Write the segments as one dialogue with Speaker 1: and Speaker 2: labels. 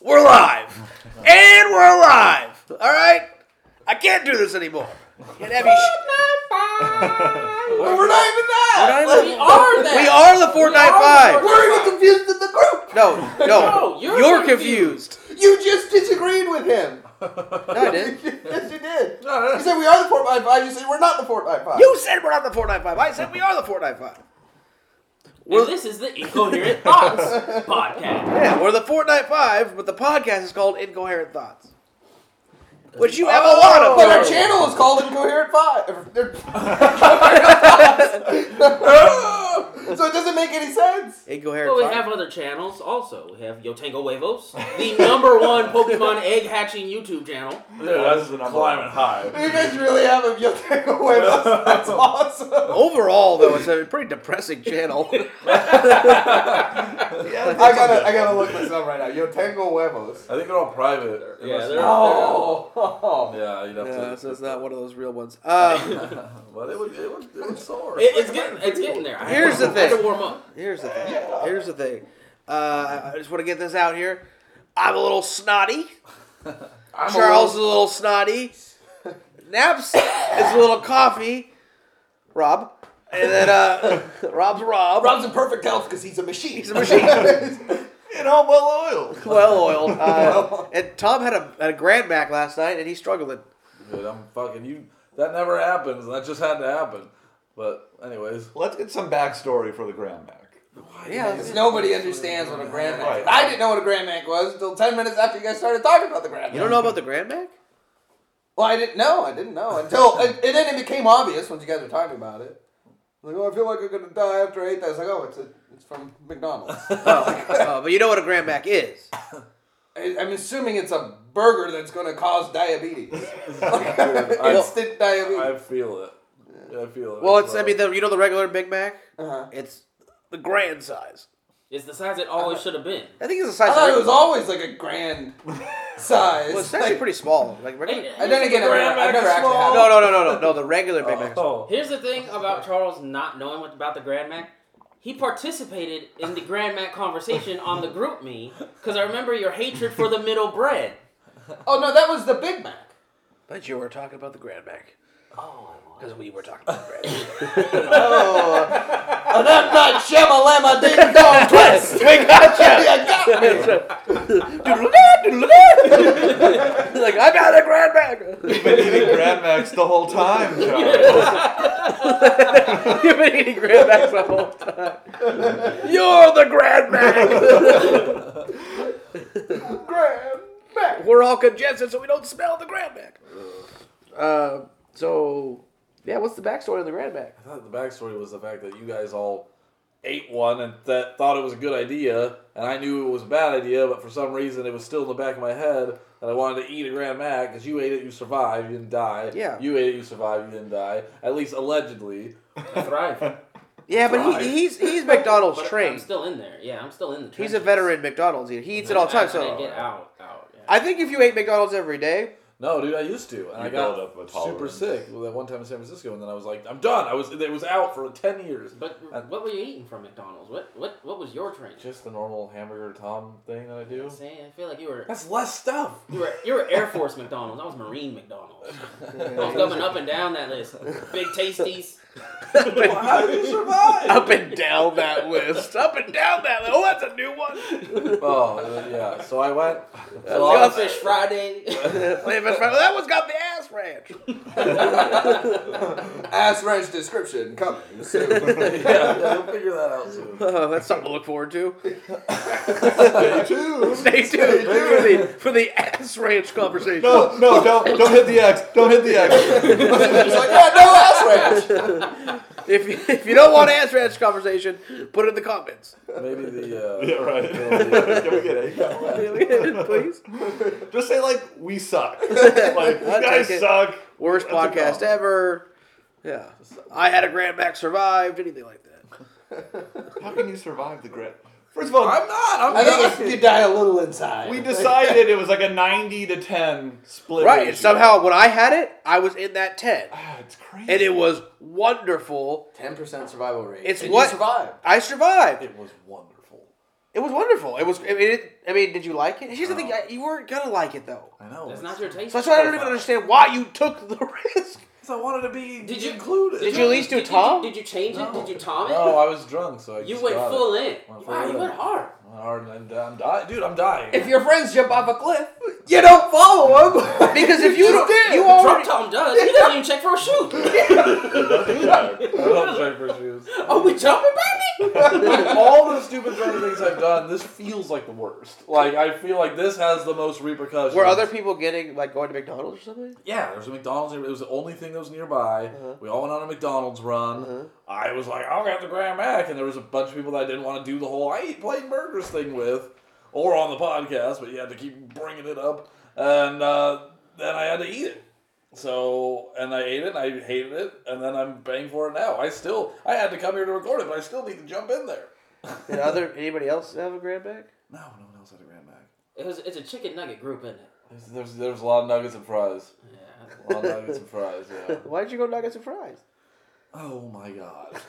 Speaker 1: We're live. And we're live. All right? I can't do this anymore. And have you sh-
Speaker 2: We're not even that.
Speaker 1: We're not even-
Speaker 3: we are that.
Speaker 1: we are the
Speaker 3: are
Speaker 1: 495.
Speaker 3: the
Speaker 2: We're even confused in the group.
Speaker 1: No, no.
Speaker 3: No, you're
Speaker 1: confused.
Speaker 3: confused.
Speaker 2: You just disagreed with him.
Speaker 1: No, I didn't.
Speaker 2: yes, you did.
Speaker 4: No, no, no.
Speaker 2: You said we are the four by five. You said we're not the four by five.
Speaker 1: You said we're not the 495. I said we are the 495.
Speaker 3: Well, this is the Incoherent Thoughts podcast.
Speaker 1: Yeah, we're the 495, but the podcast is called Incoherent Thoughts. Which you have a lot of.
Speaker 2: Oh, But our channel is called Incoherent Five. so it doesn't make any sense.
Speaker 1: Incoherent
Speaker 3: But we
Speaker 1: Thoughts.
Speaker 3: have other channels also. We have Yotango Huevos, the number one Pokemon egg hatching YouTube channel.
Speaker 4: Dude, that's climbing high.
Speaker 2: You guys really have a you'll take away this. That's awesome.
Speaker 1: Overall, though, it's a pretty depressing channel.
Speaker 2: I gotta, I gotta look this up right now. Yo tengo huevos.
Speaker 4: I think they're all private. Unless-
Speaker 3: they're-
Speaker 2: Oh,
Speaker 4: Yeah, you'd have
Speaker 1: Yeah,
Speaker 4: to.
Speaker 1: so it's not one of those real ones. Um,
Speaker 4: Well, it would, it would, it would soar.
Speaker 3: It, it's getting, it's getting there. I
Speaker 1: Here's the
Speaker 3: I had to
Speaker 1: thing.
Speaker 3: warm up.
Speaker 1: Here's the thing. Here's the thing. Uh, I- I just want to get this out here. I'm a little snotty.
Speaker 2: I'm a
Speaker 1: Charles is a little snotty. Naps is a little coffee. Rob. And then uh, Rob's Rob.
Speaker 2: Rob's in perfect health because he's a machine. He's
Speaker 1: a machine.
Speaker 4: and all well oiled.
Speaker 1: well oiled. Uh, and Tom had a, had a grand back last night and he's struggling.
Speaker 4: Dude, I'm fucking you. That never happens. That just had to happen. But anyways,
Speaker 5: Let's get some backstory for the Grand Mac.
Speaker 1: Yeah.
Speaker 2: Because nobody understands what a grand mac is.
Speaker 4: Right.
Speaker 2: I didn't know what a grand mac was until 10 minutes after you guys started talking about the grand mac.
Speaker 1: You don't know about the grand back?
Speaker 2: Well, I didn't know. I didn't know until. and, and then it became obvious once you guys were talking about it. Like, oh, I feel like I'm going to die after I ate that. It's like, oh, it's, a, it's from McDonald's.
Speaker 1: Oh, oh, but you know what a grand back is.
Speaker 2: I, I'm assuming it's a burger that's going to cause diabetes. Like,
Speaker 4: I-
Speaker 2: Instant diabetes.
Speaker 4: I feel it. Yeah, I feel it.
Speaker 1: Well, it's, I mean, the, you know the regular Big Mac?
Speaker 2: Uh-huh.
Speaker 1: It's the grand size.
Speaker 3: It's the size it always should have been.
Speaker 1: I think it's the
Speaker 2: I
Speaker 1: size
Speaker 2: thought
Speaker 1: of
Speaker 2: it was always like a grand size.
Speaker 1: Well, it's actually
Speaker 2: Like-
Speaker 1: pretty small. Like regular.
Speaker 3: Hey,
Speaker 2: And then again, I've never, I've never actually had
Speaker 1: No, no, no, no, no, no. The regular Big Mac.
Speaker 4: Oh.
Speaker 3: Here's the thing about Charles not knowing what, about the Grand Mac. He participated in the Grand Mac conversation on the group me because I remember your hatred for the middle bread.
Speaker 2: Oh, no, that was the Big Mac.
Speaker 1: But you were talking about the Grand Mac.
Speaker 3: Oh,
Speaker 1: Because we were talking about the Grand Mac.
Speaker 2: And I'm not Shamalama Ding Dong Twist.
Speaker 1: we gotcha!
Speaker 2: Yeah, got me.
Speaker 1: Doodle-da, doodle-da. like, I'm not a Grand Mac!
Speaker 5: We've been eating Grand Macs the whole time, Charles.
Speaker 1: You've been eating Grand Macs the whole time. You're the Grand Mac!
Speaker 2: Grand Mac.
Speaker 1: we're all congested, so we don't smell the Grand Mac. Uh, so, yeah, what's the backstory on the Grand Mac?
Speaker 4: I thought the backstory was the fact that you guys all ate one and that thought it was a good idea, and I knew it was a bad idea, but for some reason it was still in the back of my head that I wanted to eat a Grand Mac because you ate it, you survived, you didn't die.
Speaker 1: Yeah.
Speaker 4: You ate it, you survived, you didn't die. At least allegedly.
Speaker 3: thrive.
Speaker 1: Yeah, but he, he's, he's McDonald's
Speaker 3: But I'm
Speaker 1: trained.
Speaker 3: still in there. Yeah, I'm still in the.
Speaker 1: He's a
Speaker 3: trenches.
Speaker 1: veteran McDonald's eater. He eats it all the time,
Speaker 3: After they
Speaker 1: so...
Speaker 3: get out, out. yeah.
Speaker 1: I think if you ate McDonald's every day,
Speaker 4: No, dude, I used to, and I got
Speaker 5: build up a
Speaker 4: super
Speaker 5: tolerance.
Speaker 4: sick with that one time in San Francisco, and then I was like, I'm done. I was it was out for ten years.
Speaker 3: But
Speaker 4: Uh,
Speaker 3: what were you eating from McDonald's? What what what was your train?
Speaker 4: Just the normal hamburger Tom thing that I do.
Speaker 3: Saying, I feel like you were
Speaker 4: That's less stuff.
Speaker 3: you were you were Air Force McDonald's. I was Marine McDonald's. I was going up and down that list. Big tasties.
Speaker 4: Well, how did you survive?
Speaker 1: up and down that list. Up and down that list. Oh, that's a new one.
Speaker 4: Oh yeah, so I went. So I
Speaker 3: Blobfish Friday.
Speaker 1: Flavor Fry- that one's got the ass ranch.
Speaker 2: Ass ranch description coming soon.
Speaker 4: yeah, yeah, we'll figure that out soon.
Speaker 1: Oh, that's something to look forward to.
Speaker 5: Stay tuned.
Speaker 1: Stay tuned for the, for the ass ranch conversation.
Speaker 5: No, no, don't, don't hit the X. Don't hit the X.
Speaker 2: It's like, yeah, no ass ranch.
Speaker 1: If, you, if you don't want ass ranch conversation, put it in the comments.
Speaker 4: Maybe the uh,
Speaker 5: yeah, right.
Speaker 4: Yeah.
Speaker 5: Can we get it?
Speaker 1: Please.
Speaker 5: Just say like we suck. Like you
Speaker 1: I'll
Speaker 5: guys
Speaker 1: take it.
Speaker 5: suck.
Speaker 1: Worst
Speaker 5: That's a
Speaker 1: podcast
Speaker 5: problem.
Speaker 1: ever. Yeah. I had a Grand Mac survived, anything like that.
Speaker 5: How can you survive the Grand? First of all,
Speaker 4: I'm not. I'm
Speaker 2: I
Speaker 4: not.
Speaker 2: think it's, you die a little inside.
Speaker 5: we decided it was like a ninety to ten split.
Speaker 1: Right.
Speaker 5: ratio.
Speaker 1: And somehow when I had it, I was in that 10.
Speaker 5: Ah, it's crazy.
Speaker 1: And it was wonderful.
Speaker 2: Ten percent survival rate.
Speaker 1: It's
Speaker 2: and
Speaker 1: what-
Speaker 2: you survived.
Speaker 1: I survived.
Speaker 4: It was wonderful.
Speaker 1: It was wonderful. It was. I mean, it, I mean, did you like it? Here's the thing: you weren't gonna like it though.
Speaker 4: I know.
Speaker 3: That's not your taste.
Speaker 1: So that's why I don't even understand why you took the risk.
Speaker 4: Because I wanted to be
Speaker 3: Did you-
Speaker 4: included.
Speaker 1: Did you at least do Tom?
Speaker 3: Did you, change it? Did you Tom it?
Speaker 4: No, I was drunk, so I
Speaker 3: you
Speaker 4: just
Speaker 3: went
Speaker 4: got
Speaker 3: full
Speaker 4: it.
Speaker 3: in.
Speaker 4: Went full
Speaker 3: Wow, you
Speaker 4: in.
Speaker 3: went hard.
Speaker 4: Hard, I'm, I'm dying, dude. I'm dying.
Speaker 2: If your friends jump off a cliff, you don't follow them.
Speaker 1: Because if you don't, you
Speaker 3: Drunk
Speaker 1: already.
Speaker 3: Tom does. He doesn't even check for a shoe.
Speaker 4: I love diaper shoes.
Speaker 3: Are we jumping, baby?
Speaker 4: Of all the stupid drunk things I've done, this feels like the worst. Like I feel like this has the most repercussions.
Speaker 1: Were other people getting like going to McDonald's or something?
Speaker 4: Yeah, there was a McDonald's. near- It was the only thing that was nearby.
Speaker 1: Uh-huh.
Speaker 4: We all went on a McDonald's run. I was like, I'll get the Grand Mac, and there was a bunch of people that I didn't want to do the whole I eat plain burgers thing with, or on the podcast, but you had to keep bringing it up, and uh, then I had to eat it. So and I ate it, and I hated it, and then I'm paying for it now. I still I had to come here to record it, but I still need to jump in there.
Speaker 1: Did other anybody else have a grab bag?
Speaker 4: No, no one else had a Grand Mac.
Speaker 3: It was, it's a chicken nugget group, isn't it?
Speaker 4: There's there's, there's a lot of nuggets and fries.
Speaker 3: Yeah.
Speaker 4: A lot of nuggets and fries. Yeah.
Speaker 1: Why did you go nuggets and fries?
Speaker 4: Oh my god.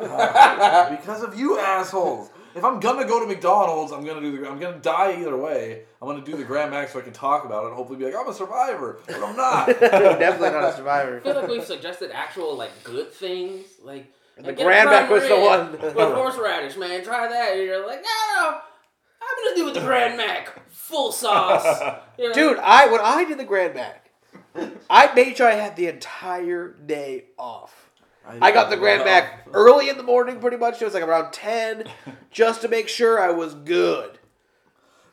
Speaker 4: Ah, because of you assholes. If I'm gonna go to McDonald's, I'm gonna do the. I'm gonna die either way. I'm gonna do the Grand Max so I can talk about it and hopefully be like, I'm a survivor, but I'm not.
Speaker 1: Definitely not a survivor.
Speaker 3: I feel like we've suggested actual like good things. Like
Speaker 1: The
Speaker 3: get a
Speaker 1: Grand Mac was the
Speaker 3: prime rib
Speaker 1: one.
Speaker 3: with horseradish, man. Try that, and you're like, no, no, no. I'm gonna do with the Grand Mac, full sauce, You know?
Speaker 1: Dude, I when I did the Grand Mac, I made sure I had the entire day off. I got the Grand Mac
Speaker 4: Oh.
Speaker 1: early in the morning, pretty much. It was like around ten, just to make sure I was good.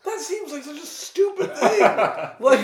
Speaker 4: That seems like such a stupid thing. like.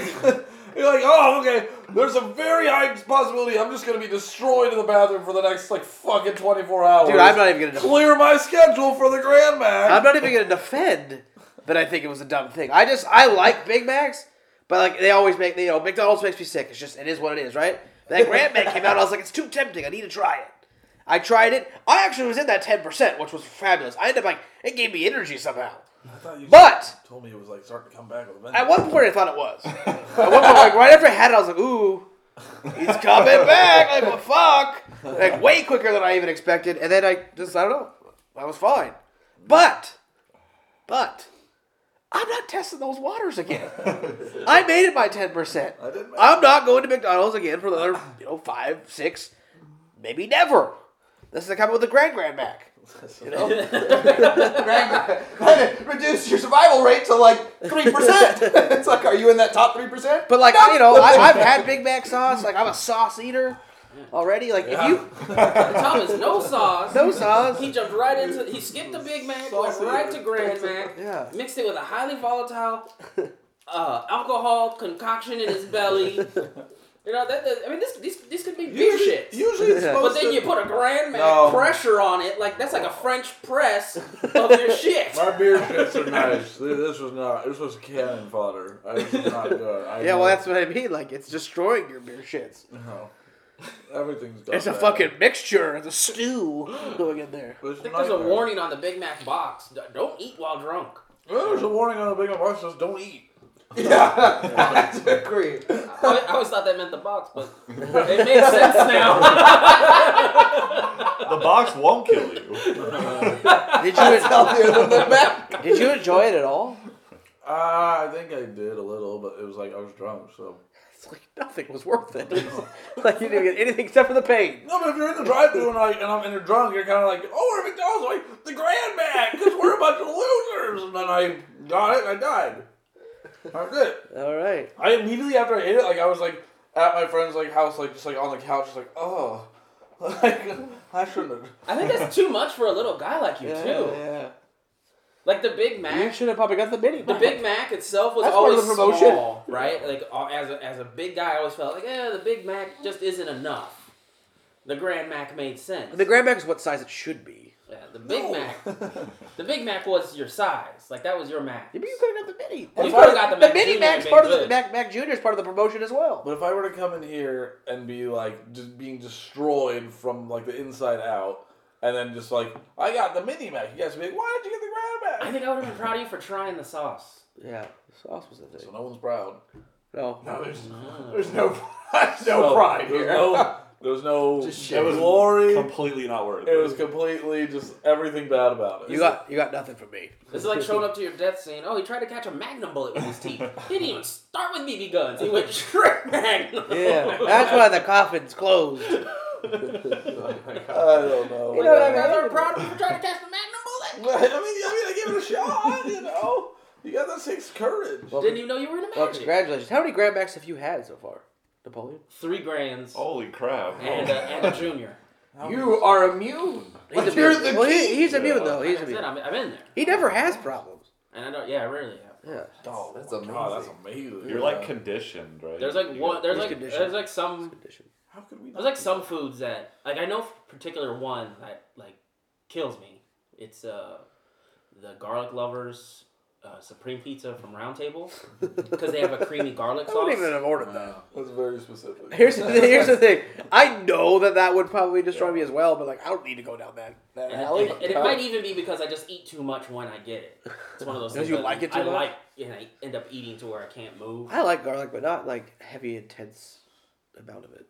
Speaker 4: You're like, oh, okay. There's a very high possibility I'm just gonna be destroyed in the bathroom for the next like fucking 24 hours.
Speaker 1: Dude, I'm not even gonna.
Speaker 4: clear my schedule for the Grand Mac.
Speaker 1: I'm not even gonna defend that I think it was a dumb thing. I just I like Big Macs, but like they always make you know McDonald's makes me sick. It's just it is what it is, right? That Grand Mac came out, I was like, it's too tempting. I need to try it. I tried it. I actually was in that ten percent, which was fabulous. I ended up like it gave me energy somehow.
Speaker 4: I thought you
Speaker 1: But
Speaker 4: told me it was like starting to come back with a vengeance.
Speaker 1: at one point, I thought it was. At one point, like right after I had it, I was like, ooh. He's coming back like what fuck, like way quicker than I even expected, and then I just I don't know, I was fine, but, but, I'm not testing those waters again. I made it by ten percent.
Speaker 4: I didn't make
Speaker 1: I'm not going to McDonald's again for another you know five, six, maybe never. This is the coming with the Grand Grand Mac. You know,
Speaker 2: Trying to reduce your survival rate to like three percent. It's like, are you in that top three percent?
Speaker 1: but like you know, I, I've had Big Mac sauce. Like I'm a sauce eater already. Like if you
Speaker 3: Tom is no sauce.
Speaker 1: no sauce,
Speaker 3: He jumped right into. He skipped the Big Mac, went
Speaker 4: Saucy.
Speaker 3: right to Grand Mac.
Speaker 1: Yeah.
Speaker 3: Mixed it with a highly volatile uh, alcohol concoction in his belly. You know that. that I mean, this these these could be beer
Speaker 4: Usually,
Speaker 3: shits.
Speaker 4: usually it's
Speaker 1: Yeah.
Speaker 3: But
Speaker 4: supposed
Speaker 3: then
Speaker 4: to-
Speaker 3: you put a Grand Mac
Speaker 4: No.
Speaker 3: pressure on it, like that's like a French press of your shit.
Speaker 4: My beer shits are nice. Th- This was not. This was cannon fodder. I was not good. I
Speaker 1: Yeah,
Speaker 4: know.
Speaker 1: well, that's what I mean. Like, it's destroying your beer shits.
Speaker 4: No. Everything's got
Speaker 1: It's a
Speaker 4: that.
Speaker 1: fucking mixture. It's a stew going in there.
Speaker 4: But it's
Speaker 3: I think
Speaker 4: not
Speaker 3: there's a
Speaker 4: good.
Speaker 3: warning on the Big Mac box. D- Don't eat while drunk.
Speaker 4: Well, There's a warning on the big box that says don't eat.
Speaker 2: yeah, I agree.
Speaker 3: I, I always thought that meant the box, but it makes sense now.
Speaker 5: The box won't kill you.
Speaker 1: Did you
Speaker 2: Healthier than the back.
Speaker 1: did you enjoy it at all?
Speaker 4: Ah, I think I did a little, but it was like I was drunk, so.
Speaker 1: It's like nothing was worth it. like you didn't get anything except for the pain.
Speaker 4: No, but if you're in the drive-thru and like, and, I'm, and you're drunk, you're kind of like, oh, we're at McDonald's, like the Grand Mac, because we're a bunch of losers. And then I got it, and I died. That's it.
Speaker 1: All right.
Speaker 4: I immediately after I ate it, like I was like at my friend's like house, like just like on the couch, just like oh, like I shouldn't. have-
Speaker 3: I think that's too much for a little guy like you
Speaker 1: Yeah,
Speaker 3: too.
Speaker 1: yeah.
Speaker 3: Like the Big
Speaker 1: You
Speaker 3: Mac.
Speaker 1: should have probably got the mini.
Speaker 3: The Big Mac itself was
Speaker 1: That's part of
Speaker 3: always
Speaker 1: the promotion.
Speaker 3: small, right? Like uh, as a, as a big guy, I always felt like, eh, the Big Mac just isn't enough. The Grand Mac made sense.
Speaker 1: The Grand Mac is what size it should be.
Speaker 3: yeah, the Big
Speaker 4: No.
Speaker 3: Mac, the Big Mac was your size. Like that was your Mac.
Speaker 1: Yeah, but you could have got the mini.
Speaker 3: You
Speaker 1: That's part
Speaker 3: could have
Speaker 1: of-
Speaker 3: got the Mac
Speaker 1: mini
Speaker 3: Junior
Speaker 1: Mac's
Speaker 3: and
Speaker 1: part of
Speaker 3: made
Speaker 1: the
Speaker 3: good.
Speaker 1: Mac Mac Junior is part of the promotion as well.
Speaker 4: But if I were to come in here and be like just being destroyed from like the inside out, and then just like I got the mini mac, you guys would be like, why did you get the
Speaker 3: I
Speaker 4: Grand Mac?
Speaker 3: think I would have been proud of you for trying the sauce.
Speaker 1: Yeah, sauce was the
Speaker 4: So
Speaker 1: thing.
Speaker 4: no one's proud.
Speaker 1: No,
Speaker 2: No, there's, there's no, there's no
Speaker 4: So,
Speaker 2: pride
Speaker 4: there's
Speaker 2: here.
Speaker 4: No, There was no
Speaker 2: Just shit.
Speaker 4: It was glory.
Speaker 5: Completely not worth
Speaker 4: it was completely just everything bad about it.
Speaker 1: You got you got nothing from me.
Speaker 3: It's like showing up to your death saying, "Oh, he tried to catch a magnum bullet with his teeth. He didn't even start with BB guns. He went straight magnum."
Speaker 1: Yeah, that's why the coffin's closed.
Speaker 4: I don't know.
Speaker 1: You know what I
Speaker 3: I'm
Speaker 1: mean?
Speaker 3: rather proud of him for trying to catch the magnum bullet.
Speaker 4: I mean, I mean, I give it a shot. You know, you got that six courage.
Speaker 1: Well,
Speaker 3: Didn't even know you were in a
Speaker 1: well,
Speaker 3: magic.
Speaker 1: congratulations. How many grab backs have you had so far, Napoleon?
Speaker 3: Three grands
Speaker 4: Oh,
Speaker 5: Holy crap.
Speaker 3: and, uh, and a junior.
Speaker 2: You are
Speaker 1: He's
Speaker 2: immune. But
Speaker 1: immune.
Speaker 2: you're the
Speaker 1: well,
Speaker 2: king.
Speaker 1: he, he's immune though. He's
Speaker 3: Like I
Speaker 1: immune.
Speaker 3: said, I'm, I'm in there,
Speaker 1: He never has problems.
Speaker 3: and I don't. Yeah, I rarely have.
Speaker 1: Yeah.
Speaker 4: Oh,
Speaker 2: That's
Speaker 4: my God, that's
Speaker 2: amazing.
Speaker 4: amazing.
Speaker 5: You're like conditioned, right?
Speaker 3: There's like one. There's
Speaker 1: Which
Speaker 3: like
Speaker 1: condition?
Speaker 3: there's like some
Speaker 4: how could we?
Speaker 3: there's like some foods that like I know particular one that like kills me. It's uh the garlic lovers uh, supreme pizza from Round Table because they have a creamy garlic
Speaker 1: I wouldn't
Speaker 3: sauce.
Speaker 1: even have ordered that.
Speaker 4: That's very specific.
Speaker 1: Here's the, here's the thing. I know that that would probably destroy me as well, but like I don't need to go down that that
Speaker 3: And,
Speaker 1: alley.
Speaker 3: and, and it might even be because I just eat too much when I get it. It's one of those
Speaker 1: Because
Speaker 3: things.
Speaker 1: you
Speaker 3: that
Speaker 1: like it too
Speaker 3: I
Speaker 1: much?
Speaker 3: like and I end up eating to where I can't move.
Speaker 1: I like garlic, but not like heavy, intense amount of it.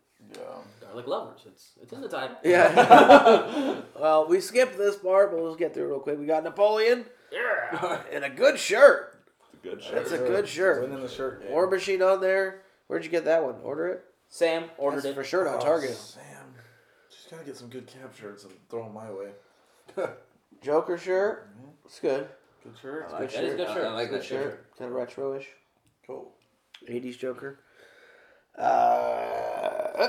Speaker 3: Garlic lovers. It's it's in the title.
Speaker 1: Yeah. well, we skipped this part, but let's get through it real quick. We got Napoleon
Speaker 3: Yeah.
Speaker 1: and a good shirt.
Speaker 5: Good shit.
Speaker 1: That's a good shirt.
Speaker 4: Winning the shirt. game.
Speaker 1: War Machine on there. Where'd you get that one? Order it.
Speaker 3: Sam ordered
Speaker 1: That's
Speaker 3: it.
Speaker 1: for sure on
Speaker 4: Oh,
Speaker 1: Target.
Speaker 4: Sam, she's gotta get some good cap shirts and throw them my way.
Speaker 1: Joker shirt. It's good.
Speaker 4: Good shirts.
Speaker 1: Good
Speaker 3: That is a
Speaker 1: shirt.
Speaker 3: good
Speaker 2: I-
Speaker 3: shirt.
Speaker 2: I like
Speaker 1: Mm-hmm. Good
Speaker 2: that shirt.
Speaker 1: shirt. Kind of retro-ish.
Speaker 4: Cool.
Speaker 1: 80s Joker. Uh,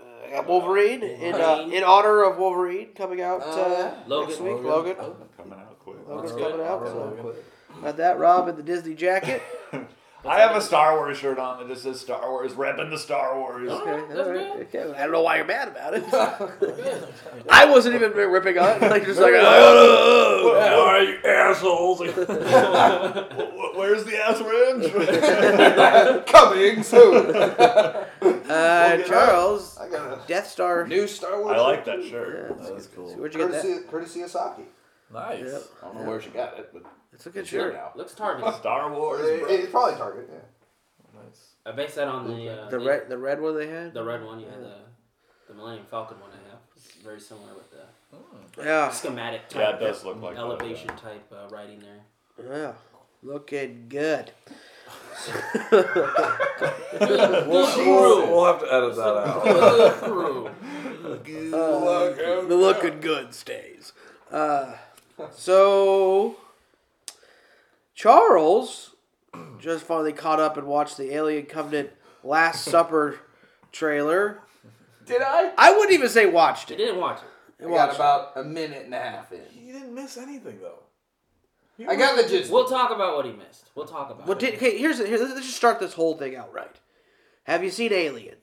Speaker 1: I got Wolverine in uh, in honor of Wolverine coming out uh,
Speaker 3: Logan.
Speaker 1: next week. Logan, Oh,
Speaker 5: Coming out quick.
Speaker 1: Logan's
Speaker 3: That's good.
Speaker 1: coming out.
Speaker 4: Honor of
Speaker 1: So.
Speaker 4: Logan.
Speaker 1: Got that Rob in the Disney jacket.
Speaker 5: I have a Star Wars shirt on that just says Star Wars, repping the Star Wars.
Speaker 1: Okay,
Speaker 3: That's
Speaker 1: all right,
Speaker 3: good.
Speaker 1: okay. I don't know why you're mad about it. I wasn't even ripping on it. Like just like "Oh,
Speaker 5: Yeah, all right, you assholes. Where's the ass wrench?
Speaker 2: Coming soon.
Speaker 1: uh, Charles,
Speaker 2: I got a
Speaker 1: Death Star.
Speaker 2: new Star Wars.
Speaker 5: I like
Speaker 2: shirt,
Speaker 5: that shirt.
Speaker 1: Oh,
Speaker 4: That's cool.
Speaker 1: Where'd you get that?
Speaker 2: Courtesy, courtesy of Saki.
Speaker 4: Nice.
Speaker 1: Yep.
Speaker 2: I don't know where she got it, but
Speaker 1: It's a good
Speaker 2: here
Speaker 1: shirt.
Speaker 2: now.
Speaker 3: Looks targeted.
Speaker 5: Star Wars.
Speaker 2: It-
Speaker 5: bro.
Speaker 2: It's probably Target. Yeah.
Speaker 4: Nice.
Speaker 3: I base that on the uh,
Speaker 1: The red, the red one they had.
Speaker 3: The red one, yeah, the, the Millennium Falcon one I have. It's very similar with the
Speaker 1: Yeah,
Speaker 3: schematic
Speaker 5: Yeah,
Speaker 3: type,
Speaker 5: it does look like that,
Speaker 3: elevation type uh, writing there.
Speaker 1: yeah, looking good.
Speaker 3: Guru.
Speaker 4: We'll have to edit that out.
Speaker 3: Guru.
Speaker 1: Uh, The looking good stays. Uh, so Charles just finally caught up and watched the Alien Covenant Last Supper trailer.
Speaker 2: Did I?
Speaker 1: I wouldn't even say watched
Speaker 3: I
Speaker 1: it.
Speaker 3: didn't watch it.
Speaker 2: I
Speaker 1: Watched
Speaker 2: got about a minute and a half in.
Speaker 4: You didn't miss anything though.
Speaker 2: I got the gist.
Speaker 3: We'll talk about what he missed. We'll talk about
Speaker 1: Well,
Speaker 3: it.
Speaker 1: did, okay, here's here. Let's just start this whole thing out right. Have you seen Alien?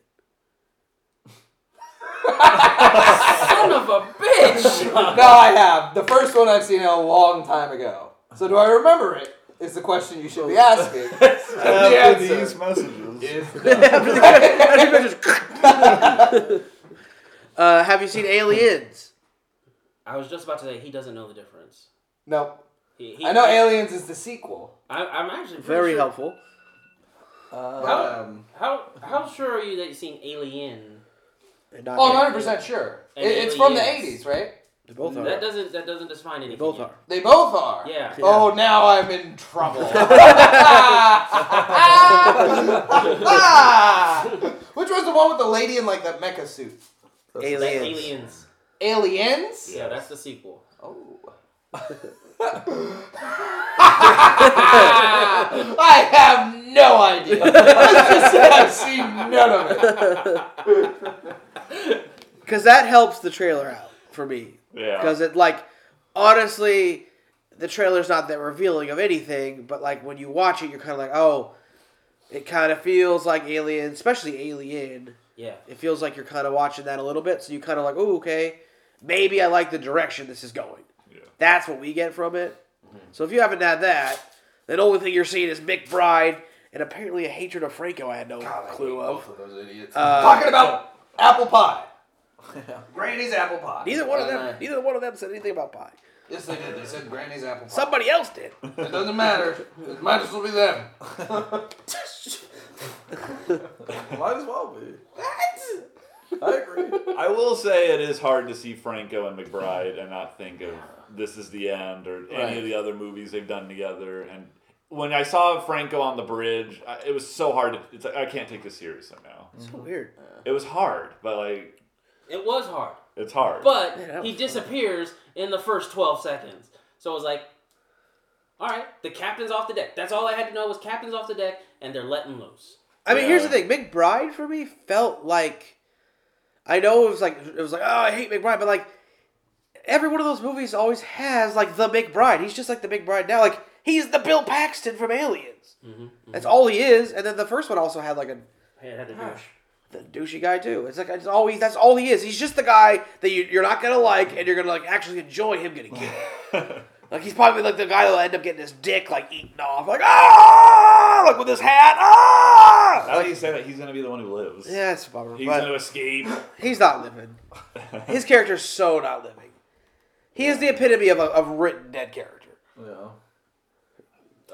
Speaker 3: Son of a bitch!
Speaker 2: No, I have. The first one I've seen a long time ago. So do I remember it? Is the question you should be asking. the
Speaker 5: These
Speaker 2: answer
Speaker 5: messages.
Speaker 2: is
Speaker 1: After the- after the- just- uh, have you seen Aliens?
Speaker 3: I was just about to say he doesn't know the difference.
Speaker 2: no.
Speaker 3: He, he,
Speaker 2: I know Aliens is the sequel.
Speaker 3: I, I'm actually pretty
Speaker 1: Very
Speaker 3: sure-
Speaker 1: helpful.
Speaker 3: How,
Speaker 2: Um,
Speaker 3: how how sure are you that you're seeing Alien?
Speaker 1: And not
Speaker 2: oh, I'm
Speaker 1: yet.
Speaker 2: 100 percent sure. It,
Speaker 3: And
Speaker 2: it's from the
Speaker 3: Aliens.
Speaker 2: '80s, right?
Speaker 1: They both are.
Speaker 3: That doesn't that doesn't define anything.
Speaker 1: They both
Speaker 3: yet.
Speaker 1: are.
Speaker 2: They both are.
Speaker 3: Yeah.
Speaker 2: Oh, now I'm in trouble. Ah! Which was the one with the lady in like that mecha suit?
Speaker 3: Like
Speaker 1: Aliens.
Speaker 3: aliens.
Speaker 2: Aliens.
Speaker 3: Yeah, that's the sequel.
Speaker 2: Oh. I have no idea. Let's just say I've seen none of it.
Speaker 1: Because that helps the trailer out for me.
Speaker 5: Yeah.
Speaker 1: Because it, like, honestly, the trailer's not that revealing of anything, but, like, when you watch it, you're kind of like, oh, it kind of feels like Alien, especially Alien.
Speaker 3: Yeah.
Speaker 1: It feels like you're kind of watching that a little bit, so you kind of like, oh, okay, maybe I like the direction this is going.
Speaker 5: Yeah.
Speaker 1: That's what we get from it. So if you haven't had that, then the only thing you're seeing is McBride and apparently a hatred of Franco I had no clue of.
Speaker 2: of those idiots.
Speaker 1: Uh,
Speaker 2: Talking about apple pie. Granny's apple pie.
Speaker 1: Neither one of
Speaker 2: Uh,
Speaker 1: them, neither one of them said anything about pie.
Speaker 2: Yes, they did. They said Granny's apple pie.
Speaker 1: Somebody else did.
Speaker 2: It doesn't matter. It might as well be them.
Speaker 4: Might as well be.
Speaker 2: What?
Speaker 4: I agree.
Speaker 5: I will say it is hard to see Franco and McBride and not think of This Is the End or any
Speaker 4: Right.
Speaker 5: of the other movies they've done together. And when I saw Franco on the bridge, I, it was so hard. To, it's like, I can't take this seriously now.
Speaker 4: Mm.
Speaker 1: So weird.
Speaker 5: It was hard, but like
Speaker 3: It was hard,
Speaker 5: it's hard.
Speaker 3: but
Speaker 1: Yeah, that
Speaker 3: he
Speaker 1: was
Speaker 3: disappears in the first twelve seconds. So I was like, "All right, the captain's off the deck." That's all I had to know was captain's off the deck, and they're letting loose.
Speaker 1: I mean, here's the
Speaker 5: Yeah.
Speaker 1: thing. McBride for me felt like I know it was like it was like oh I hate McBride, but like every one of those movies always has like the McBride. He's just like the McBride now. Like he's the Bill Paxton from Aliens.
Speaker 5: Mm-hmm,
Speaker 1: That's all he is. And then the first one also had like a
Speaker 3: Hey, I had to douche.
Speaker 1: the douchey guy too. It's like it's always that's all he is. He's just the guy that you, you're not gonna like, and you're gonna like actually enjoy him getting killed. like he's probably like the guy that'll end up getting his dick like eaten off, like ah, like with his hat ah.
Speaker 5: I like you say that he's gonna be the one who lives.
Speaker 1: Yeah, it's a bummer.
Speaker 5: He's
Speaker 1: but
Speaker 5: gonna escape.
Speaker 1: he's not living. His character's so not living. He is the epitome of a of written dead character.
Speaker 4: Yeah.